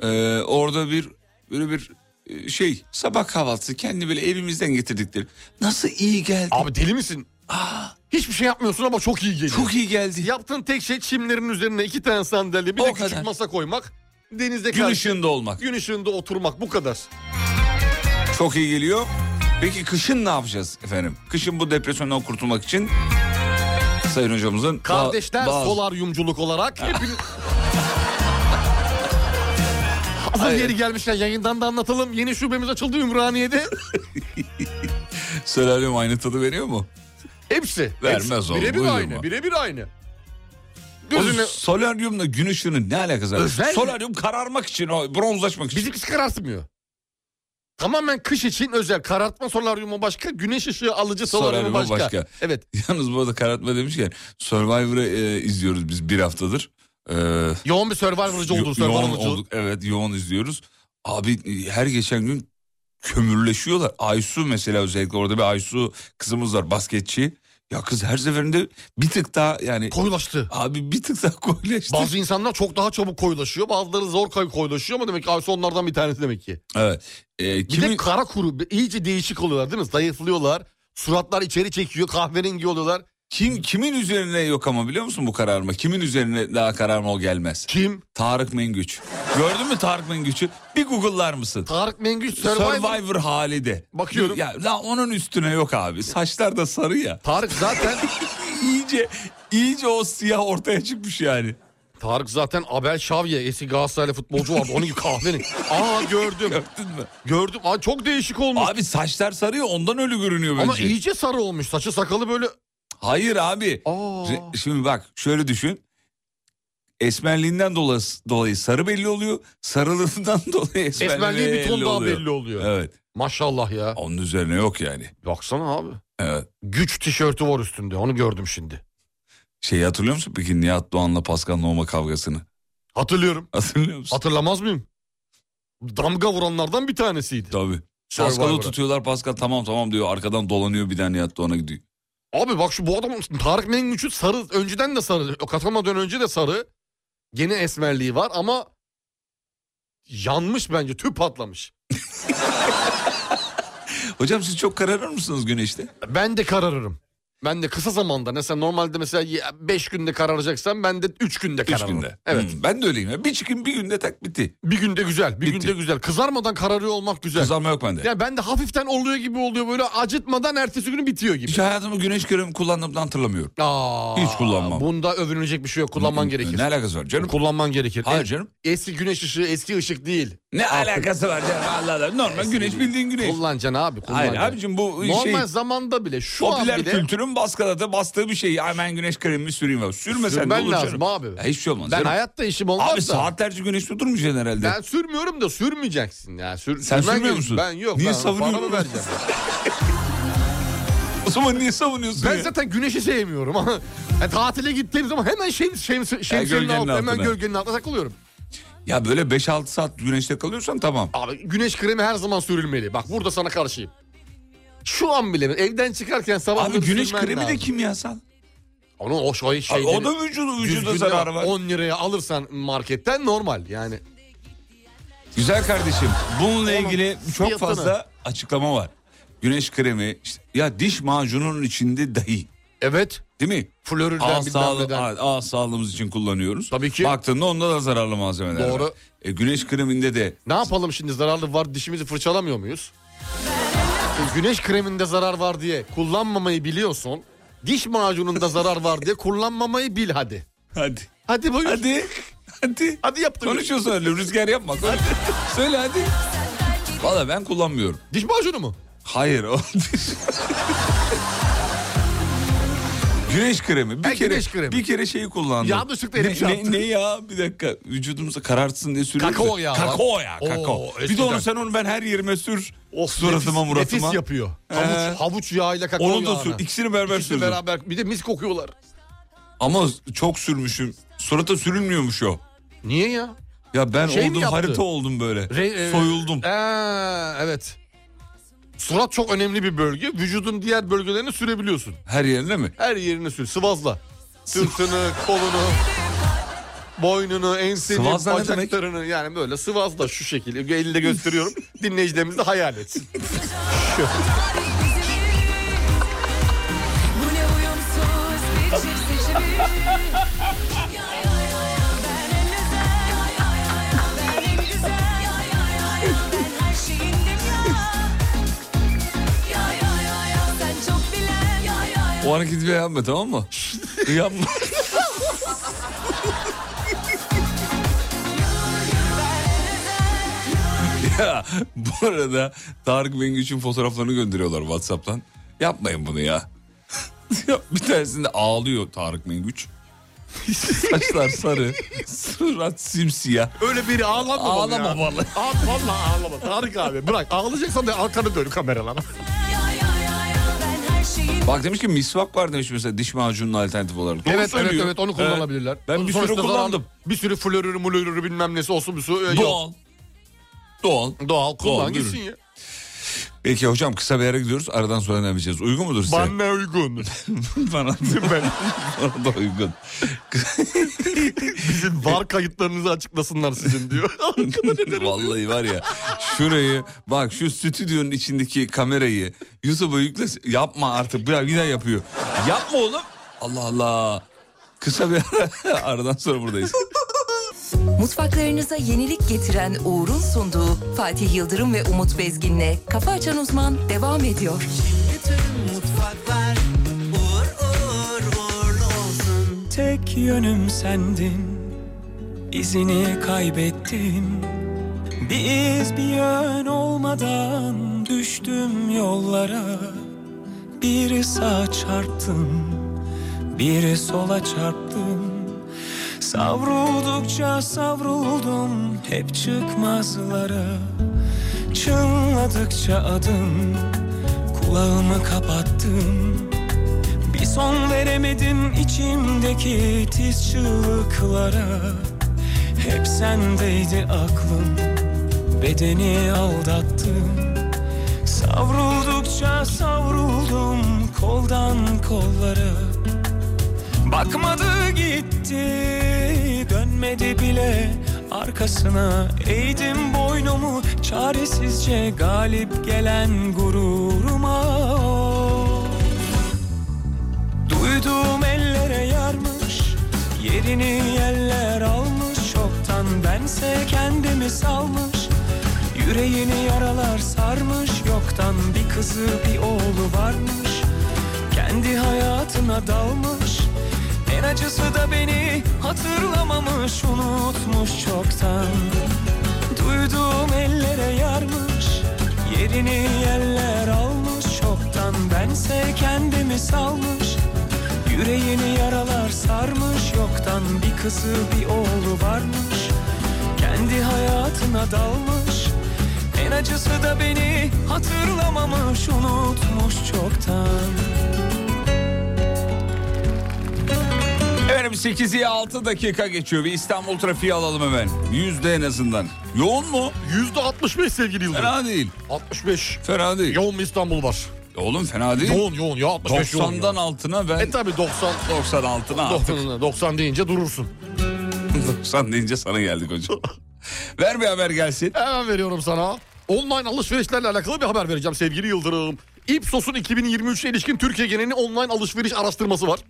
Ee, orada bir böyle bir e, şey sabah kahvaltısı kendi böyle evimizden getirdikleri. Nasıl iyi geldi.
Abi deli misin? Hiçbir şey yapmıyorsun ama çok iyi geliyor.
Çok iyi geldi.
Yaptığın tek şey çimlerin üzerine iki tane sandalye bir
O
de küçük
kadar.
masa koymak. Denizde
Gün
karşı-
ışığında olmak.
gün ışığında oturmak bu kadar.
Çok iyi geliyor. Peki kışın ne yapacağız efendim? Kışın bu depresyondan kurtulmak için Sayın hocamızın ba-
Kardeşler
bazı-
solaryumculuk olarak hepimiz... Hazır yeri gelmişken yayından da anlatalım. Yeni şubemiz açıldı Ümraniye'de.
solaryum aynı tadı veriyor mu?
Hepsi.
Vermez
hepsi.
oğlum,
Birebir
buyurun
aynı.
bak.
Birebir aynı.
Gözüne...
Gözüne...
Solaryumla gün ışığının ne alakası var?
Özel mi?
Solaryum kararmak için, o bronzlaşmak için.
Bizimkisi karartmıyor. Tamamen kış için özel. Karartma solaryumu başka, güneş ışığı alıcı solaryumu
Solaryumu
başka.
başka.
Evet.
Yalnız bu arada karartma demişken Survivor'ı e, izliyoruz biz bir haftadır. E,
Yoğun bir survivor'cı
yo-
oldun.
yoğun
Survivor'cı oldun.
olduk. Evet yoğun izliyoruz. Abi e, her geçen gün kömürleşiyorlar. Aysu mesela özellikle orada bir Aysu kızımız var basketçi. Ya kız her seferinde bir tık daha yani
Koyulaştı.
abi bir tık daha koyulaştı.
Bazı insanlar çok daha çabuk koyulaşıyor. Bazıları zor koy- koyulaşıyor ama demek ki Aysu onlardan bir tanesi demek ki.
Evet. E,
Bir de kara kuru bir- iyice değişik oluyorlar değil mi? Zayıflıyorlar. Suratlar içeri çekiyor. Kahverengi oluyorlar.
Kim kimin üzerine yok ama biliyor musun bu kararma? Kimin üzerine daha kararma o gelmez?
Kim?
Tarık Mengüç. Gördün mü Tarık Mengüç'ü? Bir Google'lar mısın?
Tarık Mengüç Survivor.
Survivor, hali de.
Bakıyorum.
Ya, la onun üstüne yok abi. Saçlar da sarı ya.
Tarık zaten
iyice iyice o siyah ortaya çıkmış yani.
Tarık zaten Abel Şavye eski Galatasaraylı futbolcu vardı. Onun gibi kahverengi. Aa gördüm.
Gördün mü?
gördüm. Aa çok değişik olmuş.
Abi saçlar sarı ya ondan öyle görünüyor bence.
ama iyice sarı olmuş. Saçı sakalı böyle.
Hayır abi.
Aa.
Re- Şimdi bak şöyle düşün. Esmerliğinden dolayı, dolayı sarı belli oluyor. Sarılığından dolayı esmerliği,
Esmerliği bir ton daha belli oluyor.
Evet.
Maşallah ya.
Onun üzerine yok yani.
Baksana abi.
Evet.
Güç tişörtü var üstünde. Onu gördüm şimdi.
Şeyi hatırlıyor musun peki Nihat Doğan'la Pascal Nohma kavgasını?
Hatırlıyorum.
Hatırlıyor musun?
Hatırlamaz mıyım? Damga vuranlardan bir tanesiydi.
Tabii.
Survivor'a.
Pascal'ı tutuyorlar Pascal tamam tamam diyor. Arkadan dolanıyor bir tane Nihat Doğan'a gidiyor.
Abi bak şu bu adam Tarık Mengüç'ü sarı önceden de sarı katılmadan önce de sarı gene esmerliği var ama yanmış bence tüp patlamış.
Hocam siz çok kararır mısınız güneşte?
Ben de kararırım. Ben de kısa zamanda mesela normalde mesela 5 günde kararacaksan ben de 3 günde
Üç
kararırım.
günde.
Evet.
Hmm, ben de öyleyim. ya. Bir çıkın bir günde tak bitti.
Bir günde güzel, bir
Bitti.
günde güzel. Kızarmadan kararıyor olmak güzel.
Kızarma yok bende.
Yani ben de hafiften oluyor gibi oluyor böyle acıtmadan ertesi günü bitiyor gibi.
Hiç hayatımı güneş kremi kullandığımdan hatırlamıyorum.
Aa,
Hiç kullanmam.
Bunda övünülecek bir şey yok. Kullanman
Ne-
gerekir.
Ne alakası var canım?
Kullanman gerekir.
Hayır
Es-
canım.
Eski güneş ışığı, eski ışık değil.
Ne alakası var canım Allah Allah. Normal güneş bildiğin güneş.
Kullanacaksın abi kullanacaksın.
Hayır abicim bu
Normal
şey
zamanda bile şu an
popüler
bile
kültürün baskıladı bastığı bir şey. Ay ben güneş kremimi süreyim. abi. Sürme sen de
sürmen
olur
lazım
canım.
abi.
Ya hiçbir şey olmaz.
ben
canım.
hayatta işim olmaz
Abi
da.
saatlerce güneşte durmayacaksın herhalde.
Ben sürmüyorum da sürmeyeceksin ya. Sür, sürmen
Sen sürmüyor
gerek-
musun?
Ben yok.
Niye
ben,
savunuyorsun?
bana mı vereceğim?
O zaman niye savunuyorsun
Ben
ya?
zaten güneşi sevmiyorum. yani tatile gittiğim zaman hemen şems, şems, şemsiyenin
gölgenin
altında, hemen
altına.
gölgenin altında takılıyorum.
Ya böyle 5-6 saat güneşte kalıyorsan tamam.
Abi güneş kremi her zaman sürülmeli. Bak burada sana karşıyım. Şu an bile evden çıkarken sabah
Abi güneş kremi de kimyasal.
Onun o şey
Abi
şeyleri,
o da vücudu, vücuda
düzgünde
zararı var.
10 liraya alırsan marketten normal yani.
Güzel kardeşim. Bununla
Onun
ilgili çok
fiyatını.
fazla açıklama var. Güneş kremi işte- ya diş macununun içinde dahi.
Evet.
Değil mi?
Floriden
Ağız,
bilmem
sağlığı,
neden.
ağız- ağız sağlığımız için kullanıyoruz.
Tabii ki.
Baktığında onda da zararlı malzemeler
Doğru.
var. E, güneş kreminde de
Ne yapalım şimdi zararlı var dişimizi fırçalamıyor muyuz? E, Güneş kreminde zarar var diye kullanmamayı biliyorsun. Diş macununda zarar var diye kullanmamayı bil hadi.
hadi.
Hadi buyur. Hadi,
Hadi. Hadi.
yaptım.
Konuşuyorsun öyle rüzgar yapma. Konuş. Söyle hadi. Valla ben kullanmıyorum.
Diş macunu mu?
Hayır o Güneş kremi. Bir
Ha,
kere
güneş kremi.
bir kere şeyi kullandım.
Yanlışlıkla
ne,
elektrik
ne,
yaptım.
ne ya? Bir dakika. Vücudumuza karartsın diye sürüyoruz.
Kakao yağı var.
Kakao ya, kakao.
Oo,
bir de
eskiden.
onu sen onu ben her yerime sür.
Of,
suratıma
nefis,
muratıma.
Nefis yapıyor.
Ee,
Havuç, havuç yağıyla kakao
Onu da
yağına.
sür. İkisini beraber
İkisi
sürdüm.
beraber bir de mis kokuyorlar.
Ama çok sürmüşüm. Surata sürülmüyormuş o.
Niye ya?
Ya ben
Şey mi
oldum
yaptı?
harita oldum böyle.
Re- e-
Soyuldum.
Ee, evet. Surat çok önemli bir bölge. Vücudun diğer bölgelerini sürebiliyorsun.
Her yerine mi?
Her yerini sür. Sıvazla. Sırtını, kolunu, boynunu, enseni,
Sıvazla ne demek?
bacaklarını. Yani böyle sıvazla şu şekilde. Elle gösteriyorum. Dinleyicilerimiz de hayal etsin.
Bu ne uyumsuz bir çift seçimi Ben en özel Ben en güzel Ben her şeyindim ya Ya ya ya ya Sen çok bilen Ya ya ya
O hareketi bir yapma tamam mı? yapma. ya bu arada Tarık Mengüç'ün fotoğraflarını gönderiyorlar Whatsapp'tan. Yapmayın bunu ya. Ya bir tanesinde ağlıyor Tarık Mengüç. Saçlar sarı, surat simsiyah.
Öyle biri ağlama baba
Ağlama
ya.
vallahi.
Ağ- vallahi ağlama. Tarık abi bırak. Ağlayacaksan da arkanı dön kameralara.
Ya ya ya ya Ben her şeyindim
Bak demiş ki misvak var demiş mesela diş macununun alternatif olarak. Doğru
Evet evet
söylüyor.
evet onu kullanabilirler.
Ben
Onun
bir sürü
sonuçta zararlı-
kullandım.
Bir sürü florürü mulörürü bilmem nesi olsun bir sürü. e, yok.
Doğal. Doğal.
Doğal kullan
Doğal,
gitsin
ürün.
ya.
Peki hocam kısa bir yere gidiyoruz. Aradan sonra ne yapacağız? Uygun mudur size?
Bana uygun.
Bana,
Ben-
bana da uygun.
Bizim var kayıtlarınızı açıklasınlar sizin diyor.
Vallahi var ya şurayı bak şu stüdyonun içindeki kamerayı YouTube'a yükle yapma artık bırak bir daha yapıyor. Yapma oğlum. Allah Allah. Kısa bir ara, aradan sonra buradayız.
Mutfaklarınıza yenilik getiren Uğur'un sunduğu Fatih Yıldırım ve Umut Bezgin'le Kafa Açan Uzman devam ediyor.
Bütün mutfaklar uğur uğur uğurlu olsun Tek yönüm sendin izini kaybettim Bir iz bir yön olmadan düştüm yollara Bir sağa çarptım bir sola çarptım Savruldukça savruldum hep çıkmazlara Çınladıkça adım Kulağımı kapattım Bir son veremedim içimdeki tiz çığlıklara Hep sendeydi aklım Bedeni aldattım Savruldukça savruldum koldan kollara Bakmadı gitti dönmedi bile arkasına Eğdim boynumu çaresizce galip gelen gururuma Duyduğum ellere yarmış yerini yerler almış Çoktan bense kendimi salmış yüreğini yaralar sarmış Yoktan bir kızı bir oğlu varmış kendi hayatına dalmış En acısı da beni hatırlamamış Unutmuş çoktan Duyduğum ellere yarmış Yerini yerler almış Çoktan bense kendimi salmış Yüreğini yaralar sarmış Yoktan bir kızı bir oğlu varmış Kendi hayatına dalmış En acısı da beni hatırlamamış unutmuş çoktan
Efendim 8'i 6 dakika geçiyor. Bir İstanbul trafiği alalım hemen. Yüzde en azından. Yoğun mu?
Yüzde 65 sevgili Yıldırım.
Fena değil.
65.
Fena değil.
Yoğun bir İstanbul var.
Oğlum fena değil.
Yoğun yoğun ya 65 yoğun.
90'dan
ya.
altına ben
E tabi 90.
90 altına artık.
90, 90 deyince durursun.
90 deyince sana geldik hocam. Ver bir haber gelsin.
Hemen veriyorum sana. Online alışverişlerle alakalı bir haber vereceğim sevgili Yıldırım. Ipsos'un 2023'e ilişkin Türkiye genelini online alışveriş araştırması var.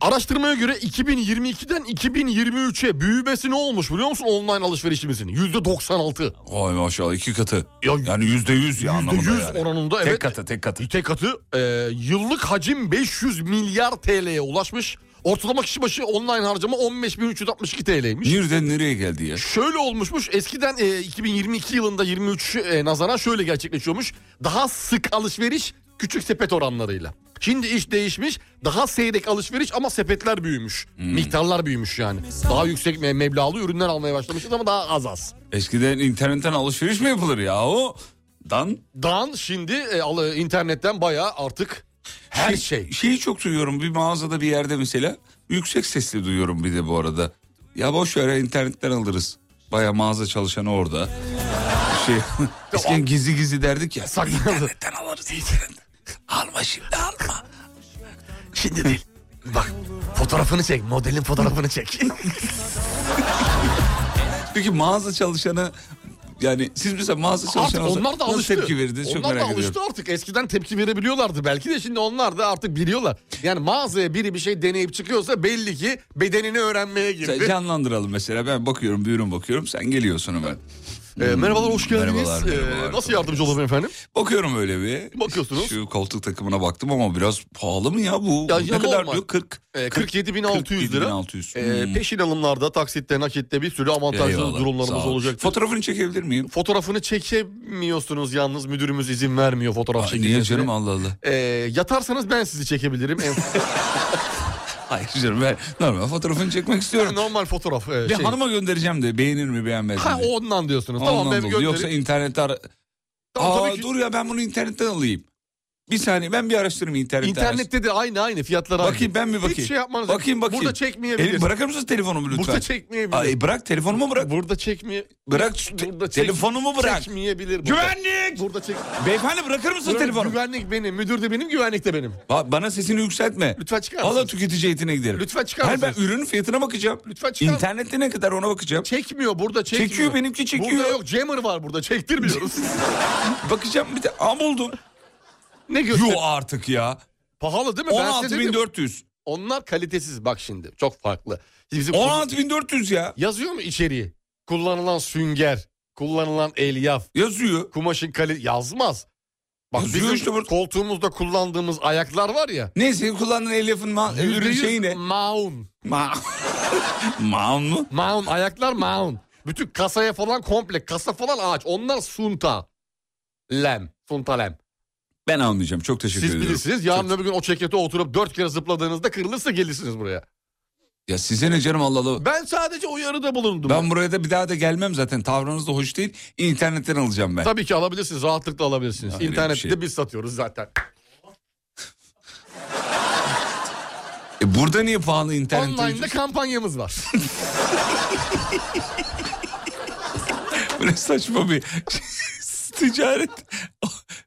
Araştırmaya göre 2022'den 2023'e büyümesi ne olmuş biliyor musun online alışverişimizin? %96.
Vay maşallah iki katı.
Ya-
yani yüzde yüz ya anlamında
%100
yani.
oranında
Tek
evet.
katı tek katı.
İte katı e, yıllık hacim 500 milyar TL'ye ulaşmış. Ortalama kişi başı online harcama 15.362 TL'ymiş.
Nereden nereye geldi ya?
Şöyle olmuşmuş eskiden e, 2022 yılında 23 e, nazara şöyle gerçekleşiyormuş. Daha sık alışveriş küçük sepet oranlarıyla. Şimdi iş değişmiş daha seyrek alışveriş ama sepetler büyümüş.
Hmm.
Miktarlar büyümüş yani. Daha yüksek me- meblağlı ürünler almaya başlamışız ama daha az az.
Eskiden internetten alışveriş mi yapılır yahu? Dan
Dan şimdi e, al- internetten bayağı artık her şey.
Şeyi çok duyuyorum bir mağazada bir yerde mesela. Yüksek sesli duyuyorum bir de bu arada. Ya boş ver ya, internetten alırız. Baya mağaza çalışanı orada. Şey, eskiden gizli gizli derdik ya.
Saklandı.
İnternetten alırız. internetten. alma şimdi alma.
Şimdi değil. Bak fotoğrafını çek modelin fotoğrafını çek.
Peki mağaza çalışanı yani siz mesela mağaza
Artık
çalışanı olsa
onlar da
nasıl
alıştı.
tepki verdiniz? Çok
onlar da
merak
alıştı
ediyorum.
artık. Eskiden tepki verebiliyorlardı belki de şimdi onlar da artık biliyorlar. Yani mağazaya biri bir şey deneyip çıkıyorsa belli ki bedenini öğrenmeye
Sen
girdi.
Canlandıralım mesela ben bakıyorum bir ürün bakıyorum sen geliyorsun hemen. Hmm.
Ee, merhabalar hoş geldiniz.
Merhabalar,
Ee,
merhabalar.
nasıl yardımcı olalım efendim?
Bakıyorum öyle bir.
Bakıyorsunuz.
Şu koltuk takımına baktım ama biraz pahalı mı ya bu?
Ya
ne
ya
kadar
normal.
diyor? 40.
Ee, 47.600 lira.
47.600.
Ee,
Hmm.
peşin alımlarda, taksitte, nakitte bir sürü avantajlı
Eyvallah, sağ
durumlarımız
ol.
olacak.
Fotoğrafını çekebilir miyim?
Fotoğrafını çekemiyorsunuz yalnız müdürümüz izin vermiyor fotoğraf
Aa,
çekilmesine.
niye canım Allah Allah.
Ee, yatarsanız ben sizi çekebilirim. En-
Hayır canım ben normal fotoğrafını çekmek istiyorum.
Normal fotoğraf. e,
Bir
şey.
hanıma göndereceğim de beğenir mi beğenmez mi?
Ha
diye.
ondan diyorsunuz. tamam
Ondan
ben
dolayı.
göndereyim.
Yoksa internette ara-
Tamam,
Aa,
tabii ki.
dur ya ben bunu internetten alayım. Bir saniye ben bir araştırayım internetten.
İnternette de aynı aynı fiyatlar aynı.
Bakayım ben bir bakayım.
Hiç şey yapmanız
Bakayım bakayım.
Burada çekmeyebilir.
Elif, bırakır mısınız telefonumu lütfen?
Burada çekmeyebilir.
Ay, bırak telefonumu bırak.
Burada çekmeye
Bırak şu te-
Burada çek-
telefonumu bırak.
çekmeyebilir. Burada.
Güvenlik!
Burada çek.
Beyefendi bırakır mısın
Bırak-
telefonu?
Güvenlik benim, müdür de benim, güvenlik de benim.
Ba- bana sesini yükseltme.
Lütfen çıkar
Valla
mısınız?
tüketici heyetine giderim.
Lütfen çıkar
Hayır ben
mısınız?
ürünün fiyatına bakacağım.
Lütfen çıkar mısınız?
İnternette ne kadar ona bakacağım.
Çekmiyor burada çekmiyor.
Çekiyor, benimki çekiyor.
Burada yok jammer var burada çektirmiyoruz.
bakacağım bir de am buldum.
ne
Yuh
göster?
artık ya.
Pahalı değil mi? Ben size dedim,
16400.
Onlar kalitesiz bak şimdi çok farklı. Şimdi bizim-
16400 ya.
Yazıyor mu içeriği? Kullanılan sünger, kullanılan elyaf,
Yazıyor.
kumaşın kalitesi yazmaz. Bak
Yazıyor
bizim
işte burada.
koltuğumuzda kullandığımız ayaklar var ya.
Neyse kullandığın elyafın ma- ürün
%100
şeyi ne?
Maun.
Ma Maun mu?
Maun ayaklar maun. Bütün kasaya falan komple kasa falan ağaç. Onlar sunta. Lem. Sunta lem.
Ben almayacağım. Çok teşekkür
Siz
ediyorum.
bilirsiniz. Yarın öbür gün o çekete oturup dört kere zıpladığınızda kırılırsa gelirsiniz buraya.
Ya size ne canım Allah Allah.
Ben sadece uyarıda bulundum.
Ben buraya da bir daha da gelmem zaten. Tavrınız da hoş değil. İnternetten alacağım ben.
Tabii ki alabilirsiniz. Rahatlıkla alabilirsiniz.
Ya öyle bir
İnternette
şey.
biz satıyoruz zaten.
E burada niye pahalı internet?
Online'da kampanyamız var.
Böyle saçma bir ticaret.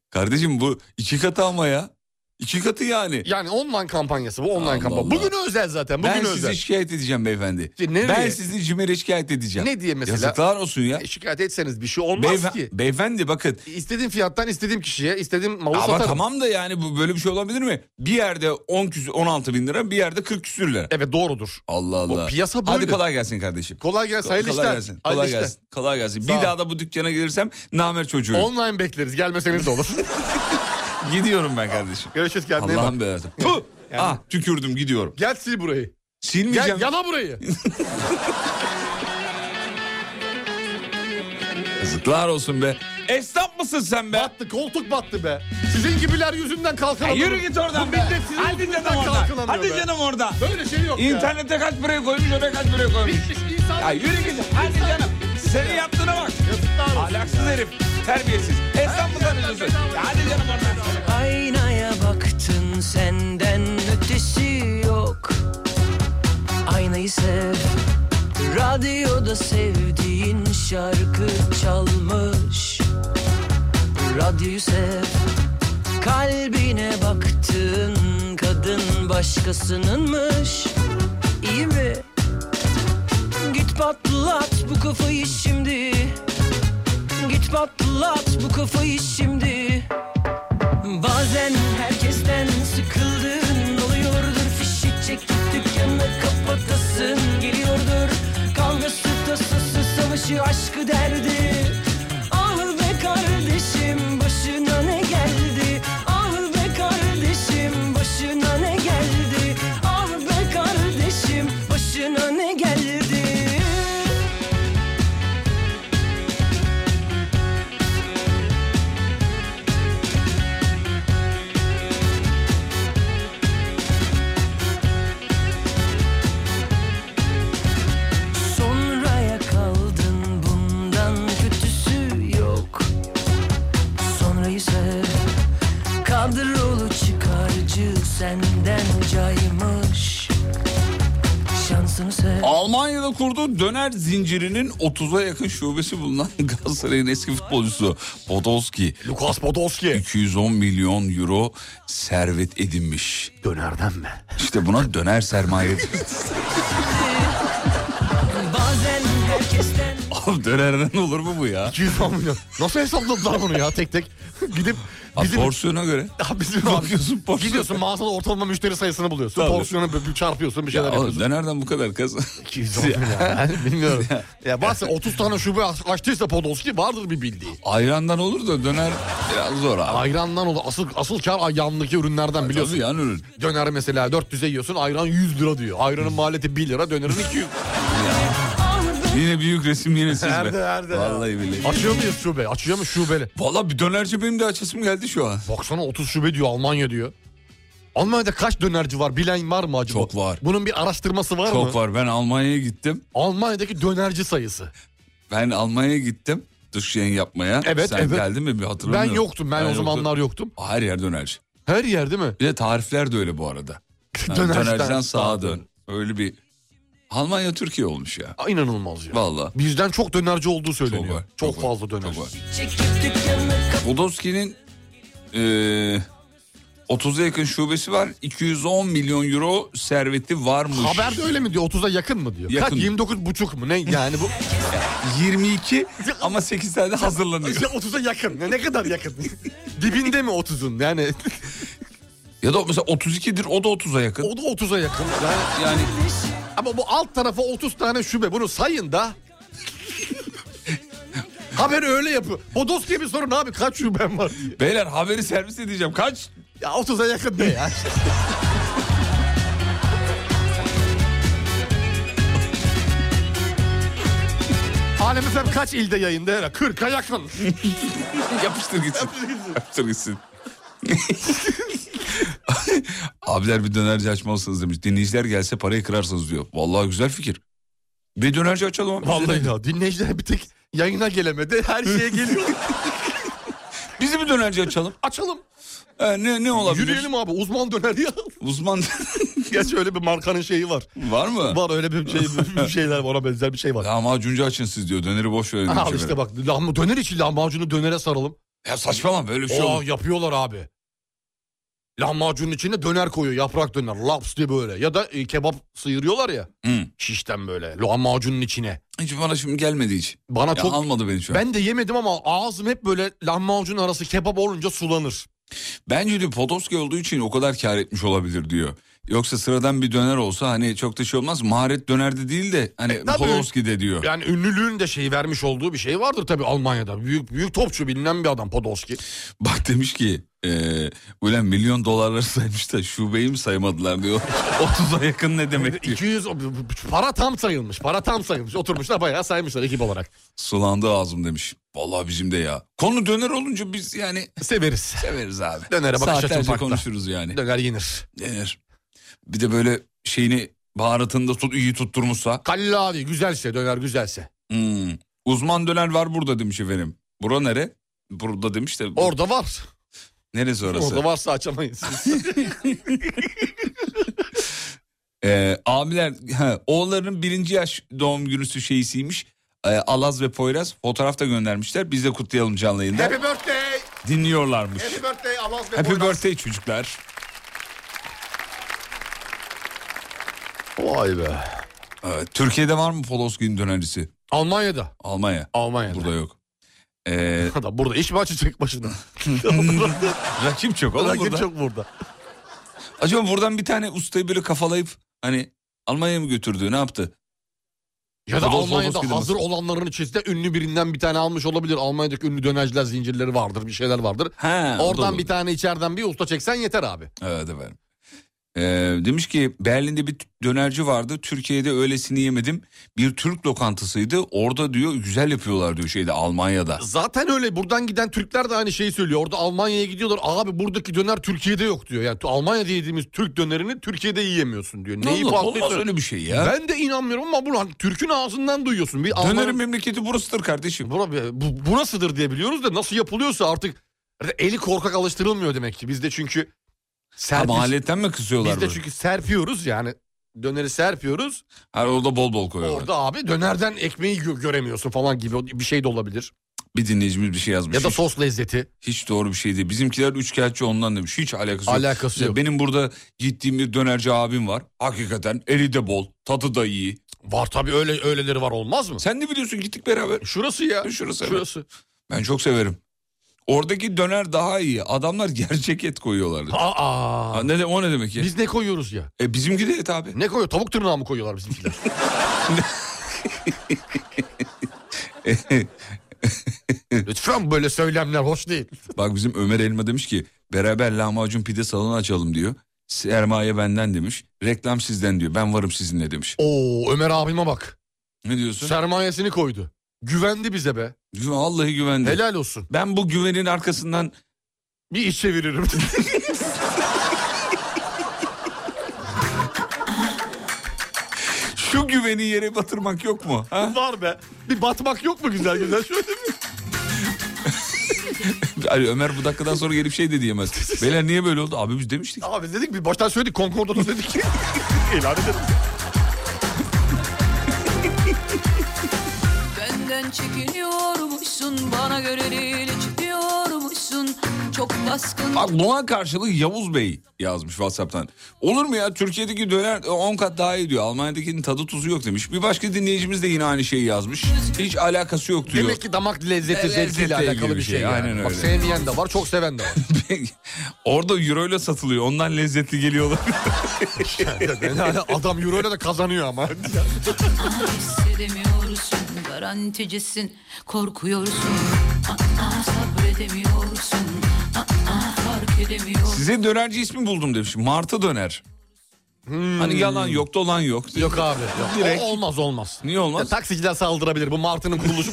Kardeşim bu iki katı ama ya. İki katı yani.
yani online kampanyası bu online
Allah
kampanya.
Allah.
Bugün özel zaten. Bugün
ben
özel.
sizi şikayet edeceğim beyefendi.
İşte nereye?
Ben sizi CİMER'e şikayet edeceğim.
Ne diye mesela?
Yazıklar olsun ya.
E, şikayet etseniz bir şey olmaz
Beyef-
ki.
beyefendi bakın.
İstediğim fiyattan istediğim kişiye istediğim malı
Ama
satarım.
tamam da yani bu böyle bir şey olabilir mi? Bir yerde 10 küsür 16 bin lira bir yerde 40 küsür lira.
Evet doğrudur.
Allah Allah.
O piyasa
Hadi
böyle.
kolay gelsin kardeşim.
Kolay gelsin.
Kolay
Hayırlı işler.
gelsin.
Hayırlı
Kolay
işler.
gelsin. Kolay gelsin. Bir
Sağ ol.
daha da bu dükkana gelirsem namer çocuğu.
Online bekleriz. Gelmeseniz de olur.
Gidiyorum ben kardeşim.
Görüşürüz kendine. iyi bak.
Allah'ım belası. Puh! Ah tükürdüm gidiyorum.
Gel sil burayı.
Silmeyeceğim.
Gel yana burayı.
Yazıklar olsun be. Esnaf mısın sen be?
battı. Koltuk battı be. Sizin gibiler yüzünden
Ya
kalkamadı.
yürü git oradan
Bu
be.
millet sizin
Hadi
yüzünden
canım orada.
kalkılamıyor
Hadi
be.
canım orada.
Böyle şey yok ya. şey
İnternete kaç buraya koymuş oraya kaç buraya koymuş.
İnsan-
Ya yürü git. Hadi canım. Senin yaptığına bak. Ahlaksız herif. Terbiyesiz. Esnaf mı tanıyorsun? Hadi canım oradan.
Aynaya baktın senden ötesi yok Aynayı sev Radyoda sevdiğin şarkı çalmış Radyoyu sev Kalbine baktın kadın başkasınınmış İyi mi? Git patlat bu kafayı şimdi Git patlat bu kafayı şimdi Bazen herkesten sıkıldığın oluyordur Fişi çekip dükkanı kapatasın geliyordur Kavgası tasası savaşı aşkı derdi Ah be kardeşim başına ne geldi Ah be kardeşim başına ne geldi Ah be kardeşim başına ne geldi Sonraya kaldın bundan kötüsü yok Sonrayı sev Kadrolu çıkarcı senden caymış Şansını sev
Almanya'da kurduğu döner zincirinin 30'a yakın şubesi bulunan Galatasaray'ın eski futbolcusu Podolski
Lukas Podolski.
210 milyon euro servet edinmiş.
Dönerden mi?
İşte buna döner sermaye.
Bazen herkesten
Abi dönerden olur mu bu ya?
210 milyon. Nasıl hesapladılar bunu ya tek tek? Gidip
Abi
bizim...
porsiyona göre.
Ya bizim
Bakıyorsun porsiyona.
Gidiyorsun mağazada ortalama müşteri sayısını buluyorsun.
Tabii.
Porsiyonu bö- bö- çarpıyorsun bir şeyler
Ya oğlum
yapıyorsun.
dönerden bu kadar kazan.
210 milyon. Yani bilmiyorum. ya varsa 30 tane şube aç- açtıysa Podolski vardır bir bildiği.
Ayrandan olur da döner biraz zor abi.
Ayrandan olur. Asıl, asıl kar yandaki ürünlerden biliyorsun.
Biliyorsun yan ürün.
Döner mesela 400'e yiyorsun ayran 100 lira diyor. Ayranın maliyeti 1 lira dönerin 200.
Yine büyük resim yine siz be.
Nerede, nerede?
Vallahi billahi.
Açıyor muyuz şube? Açıyor mu şubeli?
Valla bir dönerci benim de açasım geldi şu an.
Baksana 30 şube diyor Almanya diyor. Almanya'da kaç dönerci var bilen var mı acaba?
Çok var.
Bunun bir araştırması var mı?
Çok var. Ben Almanya'ya gittim.
Almanya'daki dönerci sayısı.
Ben Almanya'ya gittim. Dış yayın yapmaya.
Evet,
Sen
evet.
geldin mi bir
Ben
hatırlamıyorum.
yoktum ben, o
yoktum.
zamanlar yoktum.
Her yer dönerci.
Her yer değil mi?
Bir de tarifler de öyle bu arada. Yani
Dönerciden
dönerciden
sağa
sağa
dön.
dön. Öyle bir... Almanya Türkiye olmuş ya.
Aa, İnanılmaz ya.
Valla.
Bizden çok dönerci olduğu söyleniyor.
Çok
Çok,
var. var,
fazla dönerci.
çok var.
çekip dükkanı
Podolski'nin eee 30'a e, yakın şubesi var. 210 milyon euro serveti varmış.
Haber de öyle mi diyor? 30'a yakın mı diyor?
Yakın.
Kaç 29 buçuk mu ne yani bu?
22 ama 8 tane de hazırlanıyor.
İşte 30'a yakın. Ne, ne kadar yakın? Dibinde mi 30'un? Yani
ya da mesela 32'dir o da 30'a yakın.
o da 30'a yakın. Yani,
Yani
ama bu alt tarafa 30 tane şube. Bunu sayın da. Haber öyle yapıyor. Bodos diye bir sorun abi kaç şubem var diye.
beyler haberi servis
şey
edeceğim. Kaç?
Ya 30'a yakın ne ya? Alem efendim kaç ilde yayında? herhalde? 40'a yakın.
Yapıştır gitsin. Yapıştır gitsin. Abiler bir dönerci açmalısınız demiş. Dinleyiciler gelse parayı kırarsınız diyor. Vallahi güzel fikir. Bir dönerci açalım abi.
Vallahi ya dinleyiciler bir tek yayına gelemedi. Her şeye geliyor.
Bizi bir dönerci açalım.
Açalım.
Ee, ne ne olabilir?
Yürüyelim abi uzman döner ya.
Uzman
Gerçi öyle bir markanın şeyi var.
var mı?
Var öyle bir, şey, bir şeyler var ona benzer bir şey var.
Lahmacuncu açın siz diyor. Döneri boş verin.
Al
demiş
işte
efendim.
bak lahma, döner için lahmacunu dönere saralım.
Ya saçmalama böyle bir şey
Oo,
olur.
yapıyorlar abi. Lahmacunun içine döner koyuyor yaprak döner laps diye böyle. Ya da e, kebap sıyırıyorlar ya
Hı.
şişten böyle lahmacunun içine.
Hiç bana şimdi gelmedi hiç.
Bana
Ya
çok
almadı beni şu an.
ben de yemedim ama ağzım hep böyle lahmacun arası kebap olunca sulanır.
Bence diyor Podolski olduğu için o kadar kar etmiş olabilir diyor. Yoksa sıradan bir döner olsa hani çok da şey olmaz. Maharet dönerde değil de hani
E, tabii.
Podolski'de diyor.
Yani ünlülüğün de şeyi vermiş olduğu bir şey vardır tabii Almanya'da. Büyük büyük topçu bilinen bir adam Podolski.
Bak demiş ki e, ulan milyon dolarları saymış da şubeyi mi saymadılar diyor. 30'a yakın ne demek diyor.
200 para tam sayılmış. Para tam sayılmış. Oturmuşlar bayağı saymışlar ekip olarak.
Sulandı ağzım demiş. Vallahi bizim de ya. Konu döner olunca biz yani
Severiz.
severiz abi.
Dönere bakış açım
Saatlerce
farklı.
konuşuruz yani.
Döner yenir.
Denir. Bir de böyle şeyini baharatını da tut, iyi tutturmuşsa.
Kallavi güzelse döner güzelse.
Hmm. Uzman döner var burada demiş efendim. Bura nere? Burada demiş de.
Orada var.
Neresi orası?
Orada varsa açamayız.
Ee, abiler he, oğullarının birinci yaş doğum günüsü şeysiymiş. Ee, Alaz ve Poyraz fotoğraf da göndermişler. Biz de kutlayalım canlı yayında.
Happy birthday.
Dinliyorlarmış.
Happy birthday. Alaz ve
Happy
Poyraz.
birthday çocuklar.
Vay be.
Ee, Türkiye'de var mı Polos gün dönercisi?
Almanya'da.
Almanya.
Almanya'da.
Burada yok. Ee,
Adam burada iş mi açacak başına?
rakip çok oğlum
Rakip
burada.
çok burada.
Acaba buradan bir tane ustayı böyle kafalayıp hani Almanya'ya mı götürdü ne yaptı?
Ya da
Rodolfo
Almanya'da
Boski'de
hazır
mi?
olanların içinde ünlü birinden bir tane almış olabilir. Almanya'daki ünlü dönerciler zincirleri vardır, bir şeyler vardır.
Ha, o da
Oradan
olur.
bir tane içeriden bir usta çeksen yeter abi.
Evet efendim. Ee, demiş ki Berlin'de bir dönerci vardı. Türkiye'de öylesini yemedim. Bir Türk lokantasıydı. Orada diyor güzel yapıyorlar diyor şeyde Almanya'da.
Zaten öyle buradan giden Türkler de aynı şeyi söylüyor. Orada Almanya'ya gidiyorlar. Abi buradaki döner Türkiye'de yok diyor. Yani Almanya'da yediğimiz Türk dönerini Türkiye'de yiyemiyorsun diyor. Neyi
Allah,
farklı
olmaz
ediyor?
öyle bir şey ya.
Ben de inanmıyorum ama bunu hani Türk'ün ağzından duyuyorsun. Bir Alman-
Dönerin memleketi burasıdır kardeşim.
Bura- bu, burasıdır diye biliyoruz da nasıl yapılıyorsa artık eli korkak alıştırılmıyor demek ki. Bizde çünkü serpil-
Ama aletten mi kızıyorlar?
Biz de
böyle?
çünkü serpiyoruz yani. Döneri serpiyoruz.
Ha, orada bol bol koyuyorlar.
Orada abi dönerden ekmeği gö- göremiyorsun falan gibi bir şey de olabilir.
Bir dinleyicimiz bir şey yazmış.
Ya da
Hiç-
sos lezzeti.
Hiç doğru bir şey değil. Bizimkiler üçkağıtçı ondan demiş. Hiç alakası yok.
Alakası yok.
Benim burada gittiğim bir dönerci abim var. Hakikaten eli de bol, tadı da iyi.
Var tabii öyle öyleleri var olmaz mı?
Sen ne biliyorsun gittik beraber.
Şurası ya.
Şurası, evet.
Şurası.
Ben çok severim. Oradaki döner daha iyi. Adamlar gerçek et koyuyorlardı.
Aa.
Ha, ne de, o ne demek ya?
Biz ne koyuyoruz ya?
E, bizimki de et abi.
Ne koyuyor? Tavuk tırnağı mı koyuyorlar bizimkiler? Lütfen böyle söylemler hoş değil.
Bak bizim Ömer Elma demiş ki beraber lahmacun pide salonu açalım diyor. Sermaye benden demiş. Reklam sizden diyor. Ben varım sizinle demiş.
Oo Ömer abime bak.
Ne diyorsun?
Sermayesini koydu. Güvendi bize be.
Gü- Vallahi güvendi.
Helal olsun.
Ben bu güvenin arkasından
Bir iş çeviririm.
şu güveni yere batırmak yok mu? Ha?
Var be. Bir batmak yok mu güzel güzel? Şöyle bir-
Ali Ömer bu dakikadan sonra gelip şey de diyemez. Beyler niye böyle oldu? Abi biz demiştik.
Abi dedik bir baştan söyledik konkordato dedik. İlan edelim.
Benden çekiniyormuşsun bana göre değil çıkıyormuşsun çok baskın
Bak buna karşılık Yavuz Bey yazmış WhatsApp'tan. Olur mu ya Türkiye'deki döner 10 kat daha iyi diyor. Almanya'dakinin tadı tuzu yok demiş. Bir başka dinleyicimiz de yine aynı şeyi yazmış. Hiç alakası yok diyor.
Demek ki damak lezzeti
Lezzetle
zevkiyle
ilgili
alakalı
bir
bir şey.
şey,
yani.
aynen
Bak
öyle.
sevmeyen de var çok seven de var.
Orada euro ile satılıyor. Ondan lezzetli geliyorlar.
Yani adam euro ile de kazanıyor ama.
Ah, hissedemiyorsun garanticisin korkuyorsun aa, sabredemiyorsun aa, fark edemiyorsun
Size dönerci ismi buldum demiş. Martı döner. Hani yalan yok dolan yok.
Yok abi. Yok. O olmaz olmaz.
Niye olmaz?
Ya, taksiciler saldırabilir. Bu Martı'nın kuruluşu.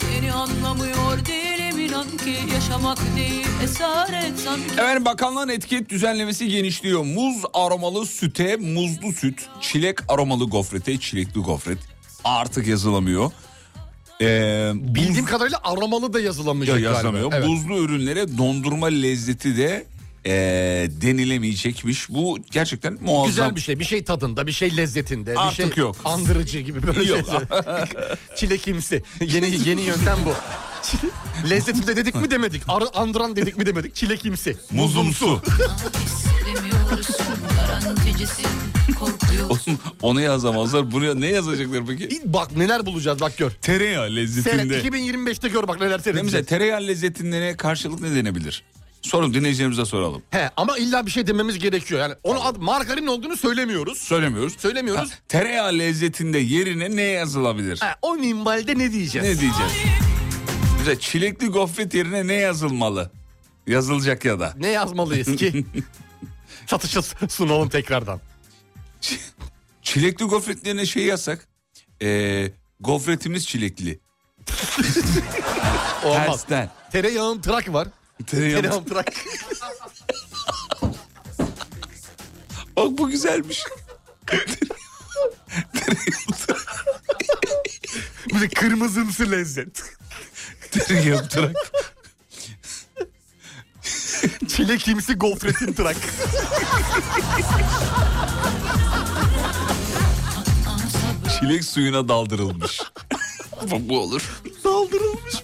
Seni anlamıyor değilim inan ki yaşamak değil esaret sanki
Efendim bakanlığın etiket düzenlemesi genişliyor. Muz aromalı süte muzlu süt, çilek aromalı gofrete çilekli gofret artık yazılamıyor. Ee, buz-
Bildiğim kadarıyla aromalı da yazılamayacak
Ya
galiba.
yazılamıyor.
Evet.
Buzlu ürünlere dondurma lezzeti de ee, denilemeyecekmiş. Bu gerçekten muazzam.
Güzel bir şey. Bir şey tadında, bir şey lezzetinde. bir
Artık
şey
yok.
Andırıcı gibi böyle şey.
Yok.
şeyler. Çilekimsi. Yeni yeni yöntem bu. Lezzetinde dedik mi demedik. Ar- andıran dedik mi demedik. Çilekimsi.
Muzumsu.
Sevmiyorsun garanticisin korkuyorsun
Oğlum, Onu yazamazlar. Bunu ne yazacaklar peki?
Bak neler bulacağız bak gör.
Tereyağı
Seyret
lezzetinde.
2025'te gör bak neler
Ne mesela
seyredeceğiz.
tereyağı lezzetlere karşılık ne denebilir? Sorun dinleyicilerimize soralım.
He ama illa bir şey dememiz gerekiyor. Yani onu ad, margarin olduğunu söylemiyoruz.
Söylemiyoruz.
Söylemiyoruz.
Ha, tereyağı lezzetinde yerine ne yazılabilir?
He, o minvalde ne diyeceğiz?
Ne diyeceğiz? Güzel. Çilekli gofret yerine ne yazılmalı? Yazılacak ya da.
Ne yazmalıyız ki? Satışa s- sunalım tekrardan.
Çilekli gofret yerine şey yazsak. Ee, gofretimiz çilekli.
Olmaz.
Tersten.
Tereyağın trak var.
Tereyağı.
Tereyağın trak.
Bak bu güzelmiş.
Bir de kırmızımsı lezzet.
Tereyağı trak.
Çilekimsi gofretin trak.
Çilek suyuna daldırılmış. bu, bu olur.
Saldırılmış.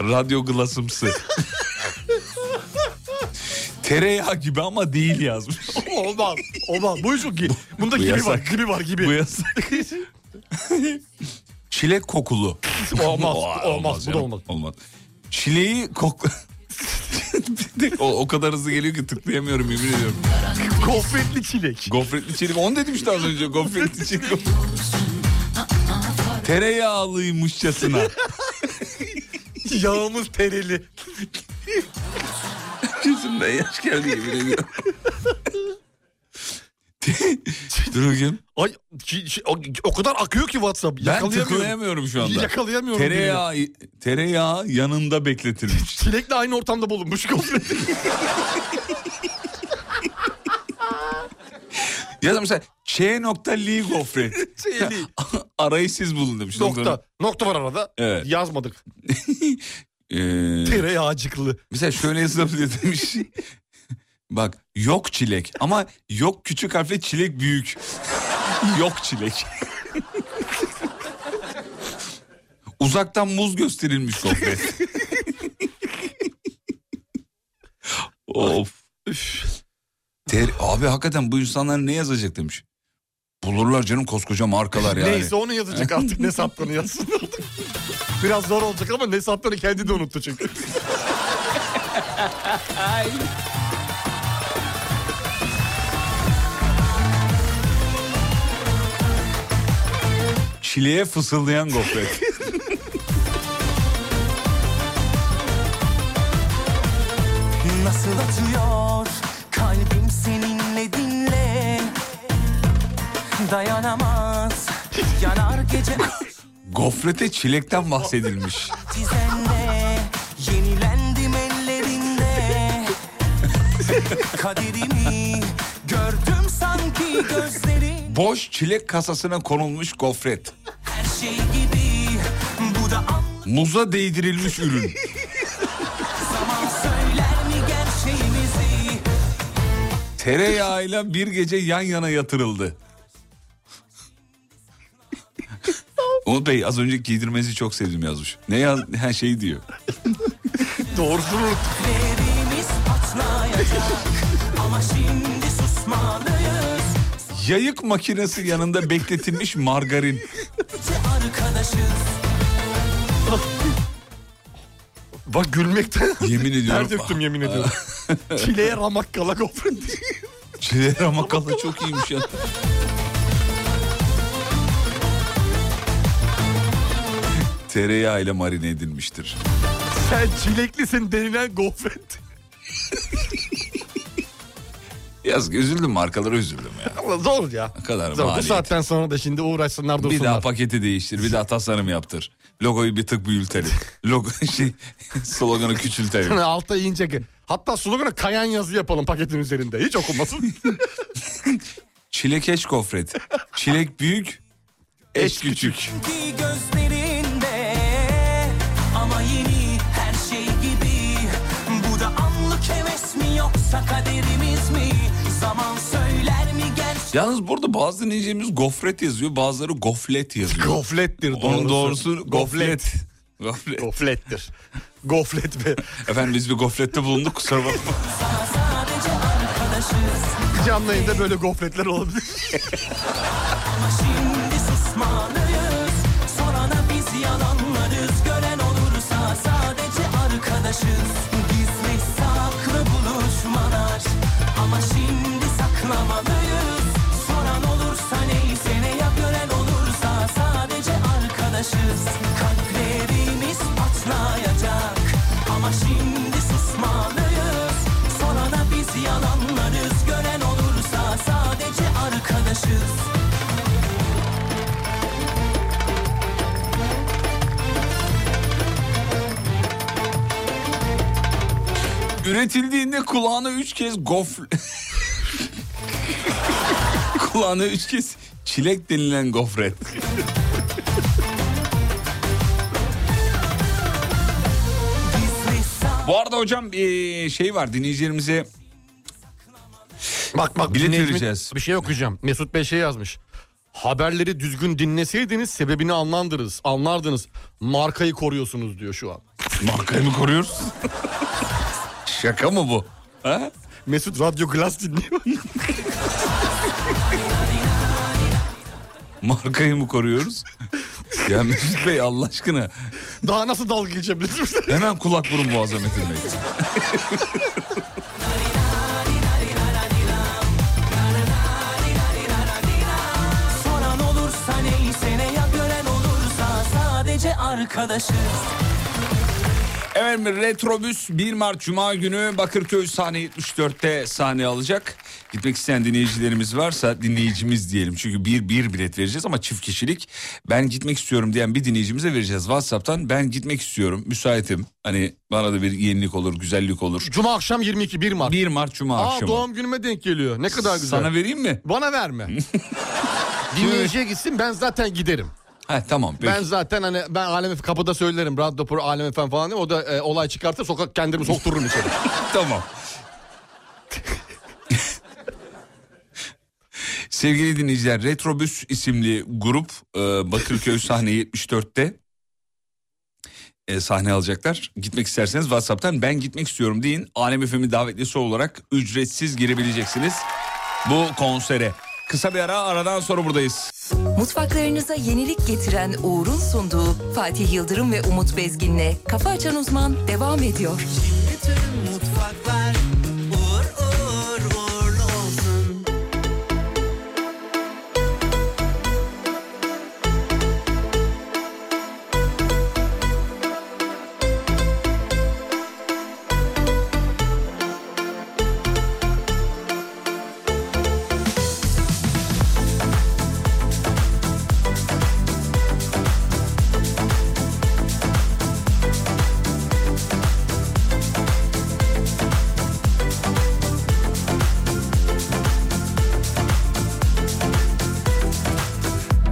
Radyo glasımsı. Tereyağı gibi ama değil yazmış.
Olmaz. Olmaz. Bu çok iyi. Bunda gibi var.
yasak.
Gibi var gibi.
Bu yasak. Çilek kokulu.
Olmaz,
Oha,
olmaz, bu da
canım,
olmaz.
Olmaz. Çileği kokla... o, o kadar hızlı geliyor ki tıklayamıyorum yemin ediyorum.
Gofretli çilek.
Gofretli çilek. Onu dedim işte az önce. Gofretli çilek. Tereyağlıymışçasına.
Yağımız tereli.
Gözümden yaş geldi yemin ediyorum. Dur bakayım.
Ay çi- çi- o, o kadar akıyor ki WhatsApp.
Ben
Yakalayamıyorum.
tıklayamıyorum şu anda.
Yakalayamıyorum. birini.
Tereyağı, tereyağı yanında bekletilmiş.
Çilekle aynı ortamda bulunmuş gofret.
Ya da mesela Ç.Li gofret.
Çeli.
Arayı siz bulun demiş.
Nokta. Nokta var arada.
Evet.
Yazmadık.
Ee,
Tereyağcıklı.
mesela şöyle yazılabilir demiş. Bak yok çilek ama yok küçük harfle çilek büyük. yok çilek. Uzaktan muz gösterilmiş gofret. of. Ter, abi hakikaten bu insanlar ne yazacak demiş. Bulurlar canım koskoca markalar yani.
Neyse onu yazacak artık ne saptanı yazsın. Biraz zor olacak ama ne saptanı kendi de unuttu çünkü.
Çileğe fısıldayan gofret.
Nasıl atıyor kalbim seninle dinle Dayanamaz yanar gece
Gofrete çilekten bahsedilmiş.
dizenle Yenilendim ellerinde Kaderimi gördüm sanki gözlerin
Boş çilek kasasına konulmuş gofret.
Her şey gibi bu da an
Muza değdirilmiş ürün.
zaman söyler mi gerçeğimizi
Tereyağıyla bir gece yan yana yatırıldı. Umut Bey az önce giydirmenizi çok sevdim yazmış. Ne yaz her şey diyor.
Doğrusunu unuttu.
Derimiz patlayacak ama şimdi susmalıyız
Yayık makinesi yanında bekletilmiş margarin.
Arkadaşız
Bak gülmekten
Yemin ediyorum.
ter döktüm yemin ediyorum. Çileğe ramak kala gofret.
Çileğe ramakalı çok iyiymiş ya. Tereyağıyla marine edilmiştir.
Sen çileklisin denilen gofret.
Yaz üzüldüm markalara üzüldüm ya.
Ama zor ya.
Ne kadar
Zor. Bu
maliyet.
saatten sonra da şimdi uğraşsınlar dursunlar.
Bir daha paketi değiştir, bir daha tasarım yaptır. Logoyu bir tık büyütelim. Logo şey sloganı küçültelim.
Altta ince. Hatta sloganı kayan yazı yapalım paketin üzerinde. Hiç okunmasın.
Çilekeş gofret. Çilek büyük, eş küçük.
ki gözlerinde Ama yeni her şey gibi Bu da anlık heves mi yoksa kaderimiz mi Zaman söyler mi gerçeğimizi
Yalnız burada bazı dinleyicilerimiz gofret yazıyor, bazıları goflet yazıyor.
Goflettir doğrusu.
Onun doğrusu goflet. Goflet.
Goflettir. Goflet be.
Efendim biz bir gofrette bulunduk kusura bakma.
Sadece arkadaşız
Canlı yayında böyle gofletler olabilir.
Ama şimdi susmalıyız Sonra da biz yalanlarız Gören olursa sadece arkadaşız Gizli
Üretildiğinde kulağına üç kez gofle... kulağına üç kez çilek denilen gofret. Bu arada hocam bir şey var dinleyicilerimize
Bak bak
Bilet
dinleyicimiz-
vereceğiz.
Bir şey okuyacağım. Mesut Bey şey yazmış. Haberleri düzgün dinleseydiniz sebebini anlandırız, anlardınız. Markayı koruyorsunuz diyor şu an.
markayı mı koruyoruz? Şaka mı bu? Ha?
Mesut Radyo Glass dinliyor.
Markayı mı koruyoruz? ya Mesut Bey Allah aşkına
Daha nasıl dalga geçebilirsiniz?
hemen kulak vurun boğaza Metin Bey.
Soran olursa neyse ne ya gören olursa sadece arkadaşız.
Efendim Retrobüs 1 Mart Cuma günü Bakırköy sahne 74'te sahne alacak. Gitmek isteyen dinleyicilerimiz varsa dinleyicimiz diyelim. Çünkü bir bir bilet vereceğiz ama çift kişilik. Ben gitmek istiyorum diyen bir dinleyicimize vereceğiz. Whatsapp'tan ben gitmek istiyorum müsaitim. Hani bana da bir yenilik olur güzellik olur.
Cuma akşam 22 1 Mart.
1 Mart Cuma
Aa
akşamı.
doğum günüme denk geliyor. Ne kadar güzel.
Sana vereyim mi?
Bana verme. Dinleyiciye gitsin ben zaten giderim.
Ha tamam peki.
Ben zaten hani ben Alem F- kapıda söylerim. Radyo Pro Alem Efem falan diye. O da e, olay çıkartır sokak kendimi soktururum içeri.
Tamam. Sevgili dinleyiciler Retrobüs isimli grup e, Bakırköy sahne 74'te e, sahne alacaklar. Gitmek isterseniz WhatsApp'tan ben gitmek istiyorum deyin. Alem FM'i davetlisi olarak ücretsiz girebileceksiniz bu konsere. Kısa bir ara aradan sonra buradayız.
Mutfaklarınıza yenilik getiren Uğur'un sunduğu Fatih Yıldırım ve Umut Bezgin'le Kafa Açan Uzman devam ediyor.
Bütün mutfaklar uğur uğur uğurlu olsun.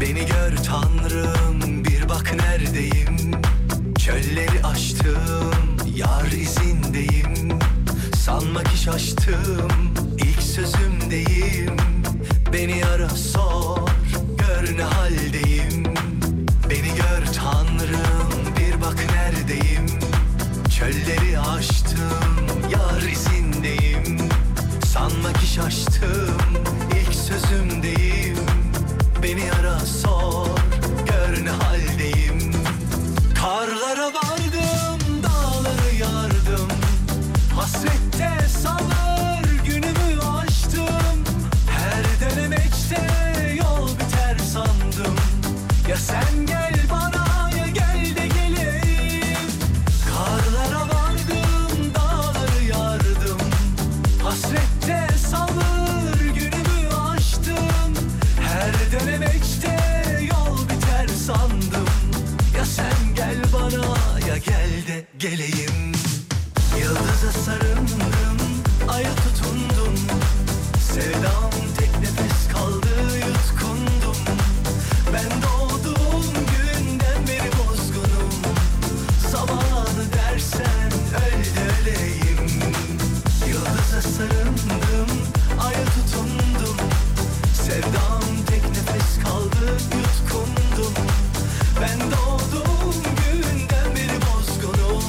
Beni gör tanrım bir bak neredeyim Çölleri aştım yar izindeyim Sanma ki şaştım ilk sözümdeyim Beni ara sor gör ne haldeyim Beni gör tanrım bir bak neredeyim Çölleri aştım yar izindeyim Sanma ki şaştım ilk sözümdeyim Beni ara sor gör ne haldeyim Karlara vardım dağları yardım Hasrette sabır günümü açtım Her denemekte yol biter sandım Ya sen gel bana ya gel de geleyim Karlara vardım dağları yardım Hasrette sabır günümü açtım Her denemekte yol biter sandım Ya sen gel bana ya gel de geleyim Yıldıza sarıldım, aya tutundum Sevdam tek nefes kaldı yutkundum Ben doğduğum günden beri bozgunum Zamanı dersen öl de öleyim Yıldıza sarıldım, aya tutundum Sevdam tek nefes kaldı yutkundum Ben doğduğum günden beri bozgunum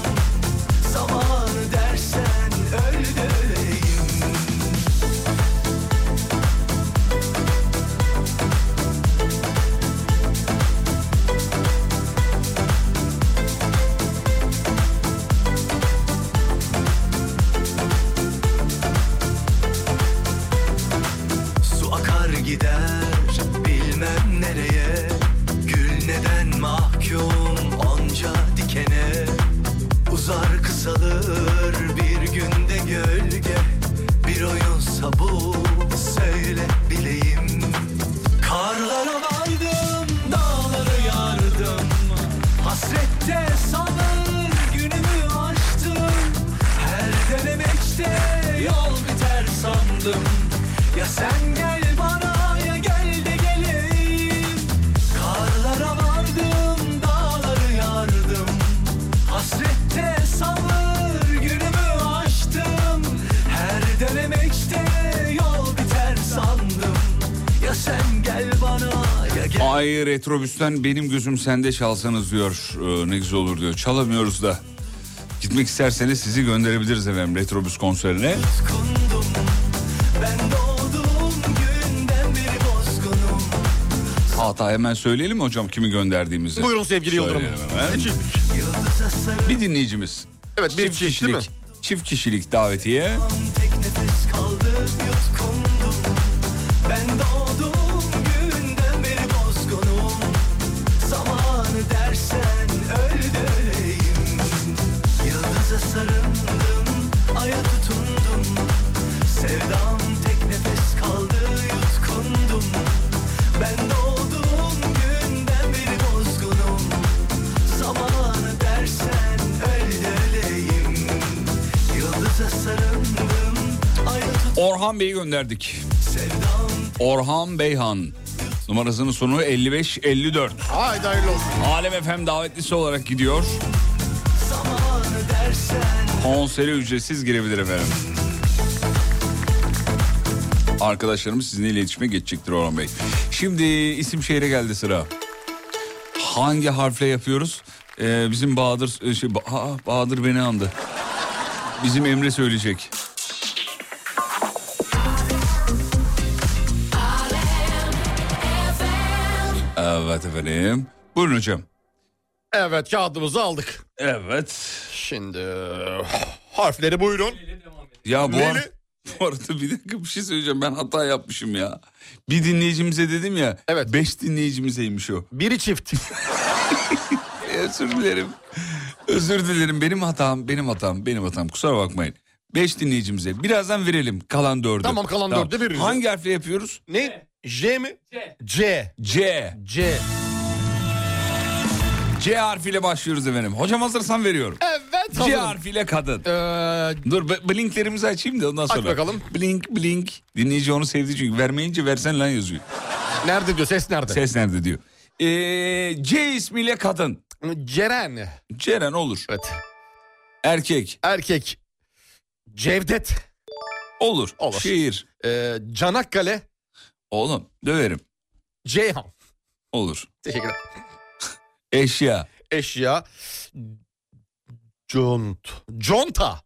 sandım Ya sen gel bana ya gel de geleyim Karlara vardım dağları yardım Hasrette sabır günümü açtım Her dönemekte yol biter sandım Ya sen gel bana ya gel
Ay retrobüsten benim gözüm sende çalsanız diyor. Ee, ne güzel olur diyor. Çalamıyoruz da. Gitmek isterseniz sizi gönderebiliriz efendim retrobüs konserine.
Kundum Ben doğduğum günden beri bozgunum
Hatta hemen söyleyelim mi hocam kimi gönderdiğimizi?
Buyurun sevgili Yıldırım.
Söyleyelim hemen.
Yıldıza sarılan
Bir dinleyicimiz.
Evet bir çift değil mi?
Çift kişilik davetiye.
tek nefes kaldı yutkundum Ben doğduğum günden beri bozgunum Zamanı dersen öldü öleyim Yıldıza sarıldım, aya tutundum Sevdam tek nefes kaldı yutkundum Ben doğduğum günden beri bozgunum Zamanı dersen öldü öleyim Yıldıza sarıldım, aya tutundum
Orhan Bey'i gönderdik. Orhan Beyhan. Numarasının sonu 5554.
Haydi hayırlı olsun.
Alem FM davetlisi olarak gidiyor.
zamanı dersen
Konsere ücretsiz girebilir efendim. Arkadaşlarımız sizinle iletişime geçecektir Orhan Bey. Şimdi isim şehre geldi sıra. Hangi harfle yapıyoruz? Ee, bizim Bahadır e, şey, Ba- Aa, Bahadır beni andı. Bizim Emre söyleyecek. Evet efendim. Buyurun hocam.
Evet kağıdımızı aldık.
Evet.
Şimdi harfleri buyurun.
Ya bu,
Neyle?
ar- bu arada bir dakika bir şey söyleyeceğim ben hata yapmışım ya. Bir dinleyicimize dedim ya.
Evet.
Beş dinleyicimizeymiş o.
Biri çift.
Özür dilerim. Özür dilerim benim hatam benim hatam benim hatam kusura bakmayın. Beş dinleyicimize birazdan verelim kalan dördü.
Tamam, kalan dördü veririz.
Hangi harfle yapıyoruz?
ne? J mi? C. C.
C.
C.
C harfiyle başlıyoruz efendim. Hocam hazırsan veriyorum.
Evet
C
hazırım.
harfiyle kadın.
Ee,
Dur b- blinklerimizi açayım da ondan sonra.
bakalım.
Blink blink. Dinleyici onu sevdi çünkü vermeyince versen lan yazıyor.
nerede diyor? Ses nerede?
Ses nerede diyor. Ee, C ismiyle kadın.
Ceren.
Ceren olur.
Evet.
Erkek
Erkek. Cevdet.
olur.
Olur.
Şehir.
Ee, Canakkale.
Oğlum döverim.
Ceyhan.
Olur.
Teşekkürler.
Eşya.
Eşya. Cont. Conta.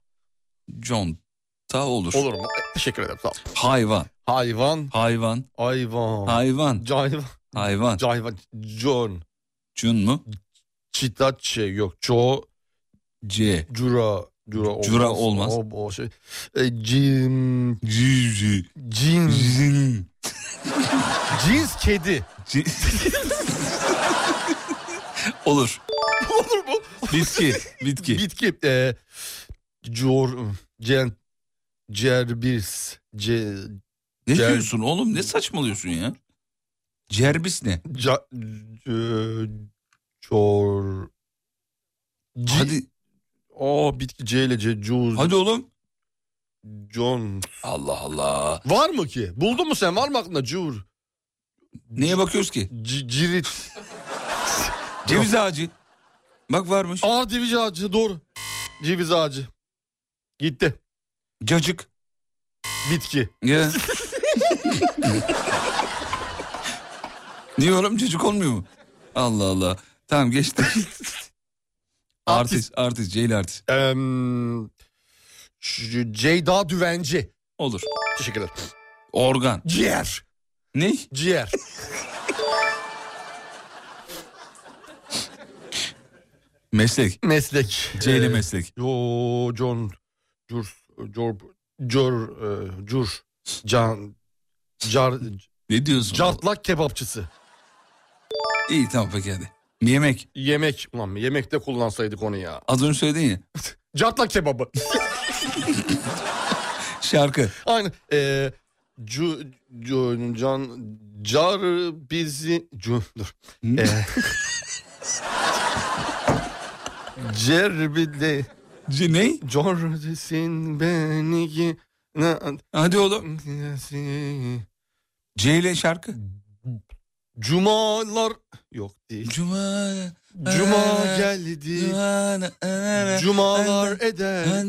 Conta olur.
Olur mu? Teşekkür ederim. Sağ ol.
Hayvan.
Hayvan.
Hayvan.
Hayvan.
Hayvan.
Cayvan.
Hayvan.
Cayvan. Con.
Cun mu?
Çitaçe yok. Co.
C.
Cura. Cura olmaz.
Cura olmaz.
O, o şey. E, cin.
Cici.
Cin. Cins kedi.
olur.
Olur mu?
Bitki. Bitki.
Bitki. E, cor. Cen. Cerbis. Ce,
ne
Cer-
diyorsun oğlum? Ne saçmalıyorsun ya? Cerbis ne?
ca, c, cor. C,
Hadi
O bitki C ile C. Cuz.
hadi oğlum.
Con.
Allah Allah.
Var mı ki? Buldun mu sen? Var mı aklında? Cur.
Neye bakıyoruz ki?
C, cirit.
Ceviz ağacı. Bak varmış.
Aa ceviz ağacı doğru. Ceviz ağacı. Gitti.
Cacık.
Bitki.
Ya. Niye oğlum çocuk olmuyor mu? Allah Allah. Tamam geçti. artist, artist, Ceyli artist.
Eee şu Ceyda Düvenci.
Olur.
Teşekkürler.
Organ.
Ciğer.
Ne?
Ciğer.
Meslek.
Meslek.
Ceyli
Ee,
meslek.
Yo John. Cur. Cor. Cor. e, Cur. Can. Car,
Ne diyorsun?
cartlak kebapçısı.
İyi tamam peki hadi. Yemek.
Yemek. Ulan yemekte kullansaydık onu ya.
Az önce söyledin ya.
Cartlak kebabı.
Şarkı.
Aynı. Ee, cu, cu, can, car bizi... Cu, dur.
Hı?
Ee, Cerbide
C- ne?
cordesin beni ki
Hadi oğlum. C ile şarkı.
Cumalar yok değil.
Cuma. Ee, e,
Cuma geldi. Cumalar eder.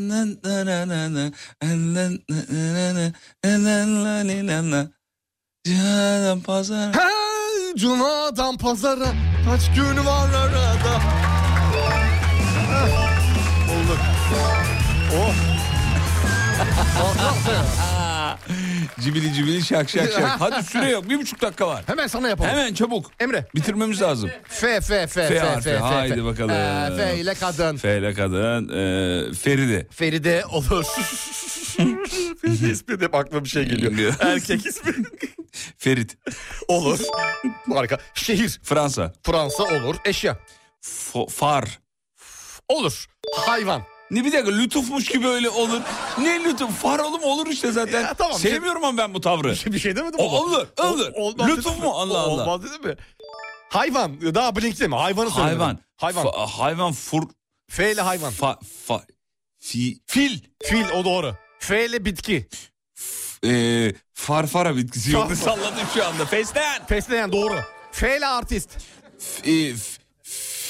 Cumalar. Cihan'dan pazar.
Ha, Cuma'dan pazara kaç gün var arada? Heh, Oldu. Oh. Kalkmazsa ya.
Cibili cibili şak şak şak. Hadi süre yok. Bir buçuk dakika var.
Hemen sana yapalım.
Hemen çabuk.
Emre.
Bitirmemiz lazım.
F, F, F, F,
F
F,
harfi.
F, F.
Haydi bakalım.
Ee, F ile kadın.
F ile kadın. E, Feride.
Feride olur. Feride ismi de hep aklıma bir şey geliyor.
Geliyor.
Erkek ismi
Ferit.
olur. Harika. Şehir
Fransa.
Fransa olur. Eşya
Fo- far.
olur. Hayvan.
Ne bir dakika lütufmuş gibi öyle olur. Ne lütuf? Far oğlum olur işte zaten.
Ya tamam, şey-
Sevmiyorum ama ben bu tavrı.
Bir şey demedim
O- olur, olur. Lütuf mu? Allah Allah.
Olmaz dedim mi? Hayvan. Daha blink deme. Hayvanı söylemedim.
Hayvan.
Hayvan.
Fa- hayvan fur.
F ile hayvan.
Fa, fa, fi, fil.
Fil o doğru. F ile bitki.
Ee, farfara bitkisi yok.
Farfara.
Salladım şu anda. Festen.
Fesleyen doğru. F ile artist.
F- e, f-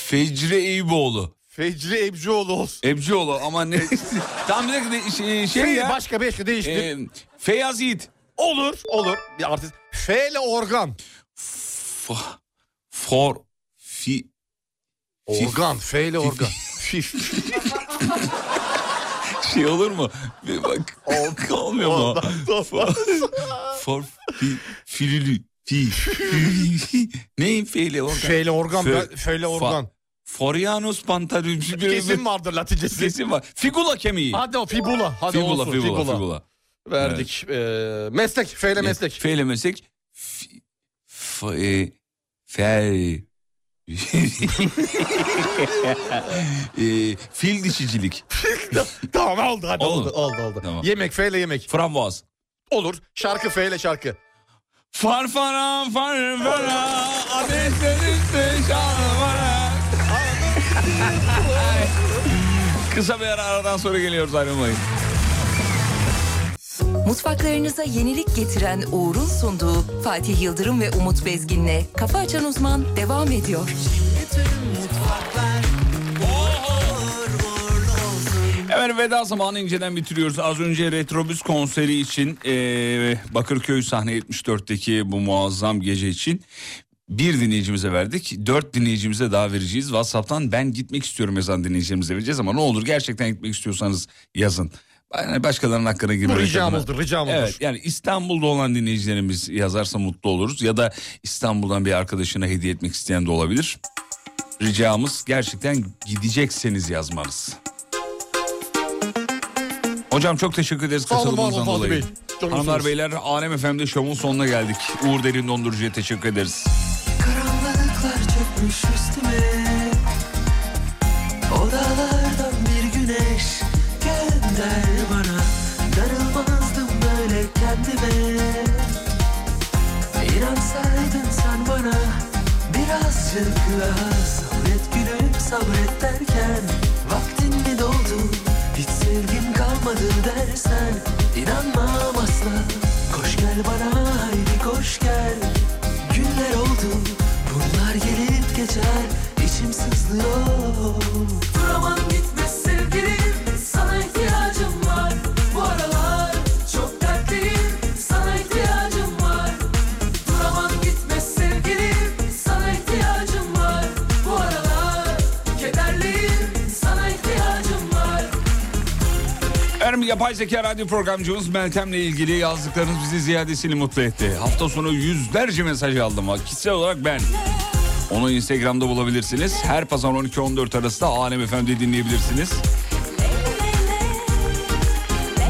Fecri Eyüboğlu.
Fecri Ebcioğlu olsun.
Ebcioğlu ama ne? Tam bir dakika de- şey, şey
F
ya.
başka bir şey değiştir.
Ee, Feyyaz Yiğit.
olur. Olur. Bir artist. F ile organ.
Fa- for, fi, Fif.
Organ. F ile organ. Fif.
şey olur mu? Bir bak. Olmuyor mu?
Olmaz.
For, fi, filili, fi, fi. Neyin feyle organ?
F ile organ.
Fe-
ben- F ile organ.
Forianus pantarübsü.
Kesin vardır latincesi.
Kesin var. Figula kemiği.
Hadi o fibula. Hadi
fibula,
olsun.
fibula,
Fibula.
fibula,
Verdik. Ee, meslek. F ile meslek.
Feyle meslek. Fi, fa, e, fel. e, fil dişicilik.
Tamam oldu hadi oldu
Oldu mu?
oldu oldu.
Tamam.
Yemek F ile yemek.
Framboaz.
Olur. Şarkı F ile şarkı.
Farfara farfara ateşler üstü şanvara. Kısa bir ara aradan sonra geliyoruz ayrılmayın.
Mutfaklarınıza yenilik getiren Uğur'un sunduğu Fatih Yıldırım ve Umut Bezgin'le Kafa Açan Uzman devam ediyor.
Evet veda zamanı inceden bitiriyoruz. Az önce Retrobüs konseri için eee, Bakırköy sahne 74'teki bu muazzam gece için bir dinleyicimize verdik. Dört dinleyicimize daha vereceğiz. Whatsapp'tan ben gitmek istiyorum yazan dinleyicilerimize vereceğiz ama ne olur gerçekten gitmek istiyorsanız yazın. Yani başkalarının hakkına
Bu
girmeyin.
ricamızdır ricamızdır.
Evet yani İstanbul'da olan dinleyicilerimiz yazarsa mutlu oluruz. Ya da İstanbul'dan bir arkadaşına hediye etmek isteyen de olabilir. Ricamız gerçekten gidecekseniz yazmanız. Hocam çok teşekkür ederiz
Sağ olun var
katılımınızdan
olun Fatih Bey.
dolayı.
Canımsınız.
Hanımlar beyler Alem FM'de şovun sonuna geldik. Uğur Derin Dondurucu'ya teşekkür ederiz.
Karanlıklar çökmüş üstüme Odalardan bir güneş gönder bana Darılmazdım böyle kendime İnansaydın sen bana Birazcık daha sabret gülüm sabret derken Vaktin mi doldu hiç sevgim kalmadı dersen İnanmam asla koş gel bana haydi koş gel Günler oldu bunlar gelip geçer içim sızlıyor Duramam gitmez sevgilim sana ihtiyacım var Bu aralar çok dertliyim sana ihtiyacım var Duramam gitmez sevgilim sana ihtiyacım var Bu aralar kederliyim sana ihtiyacım var
Efendim Erm yapay zeka radyo programcımız Meltem'le ilgili yazdıklarınız bizi ziyadesiyle mutlu etti. Hafta sonu yüzlerce mesaj aldım. Ha, Kişisel olarak ben. Onu Instagram'da bulabilirsiniz. Her pazar 12-14 arası da Alem FM'de dinleyebilirsiniz.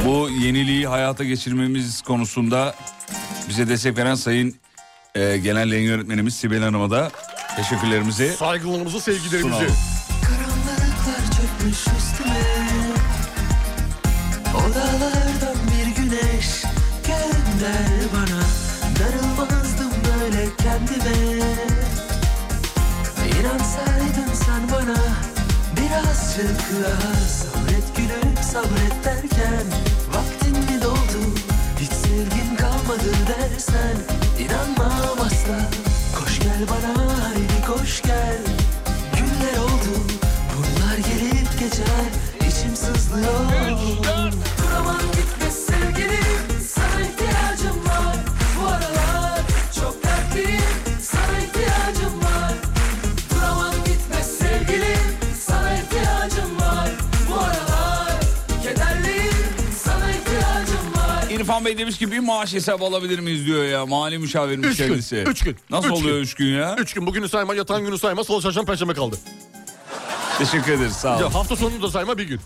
Bu yeniliği hayata geçirmemiz konusunda bize destek veren Sayın e, Genel Yayın Yönetmenimiz Sibel Hanım'a da teşekkürlerimizi
Saygılarımızı sevgilerimizi.
sunalım.
Karanlıklar çökmüş üstüme Odalardan bir güneş gönder bana Darılmazdım böyle kendime İnansaydın sen bana Birazcık daha sabret gülüm sabret derken Vaktin mi doldu dersen inanmam asla Koş gel bana haydi koş gel Günler oldu bunlar gelip geçer İçim sızlıyor Duramam gitme sevgilim Sana ihtiyacım var Bu aralar çok dertliyim Sana ihtiyacım var Duramam gitme sevgilim Sana ihtiyacım var Bu aralar kederliyim Sana ihtiyacım var
İrfan Bey demiş ki bir maaş hesabı alabilir miyiz diyor ya. Mali müşavirin
Üç gün,
kendisi.
üç gün,
Nasıl
üç
oluyor
gün.
üç gün ya?
Üç gün bugünü sayma, yatan günü sayma, salı çarşamba perşembe kaldı.
Teşekkür ederiz sağ olun.
Ya hafta sonunu da sayma bir gün.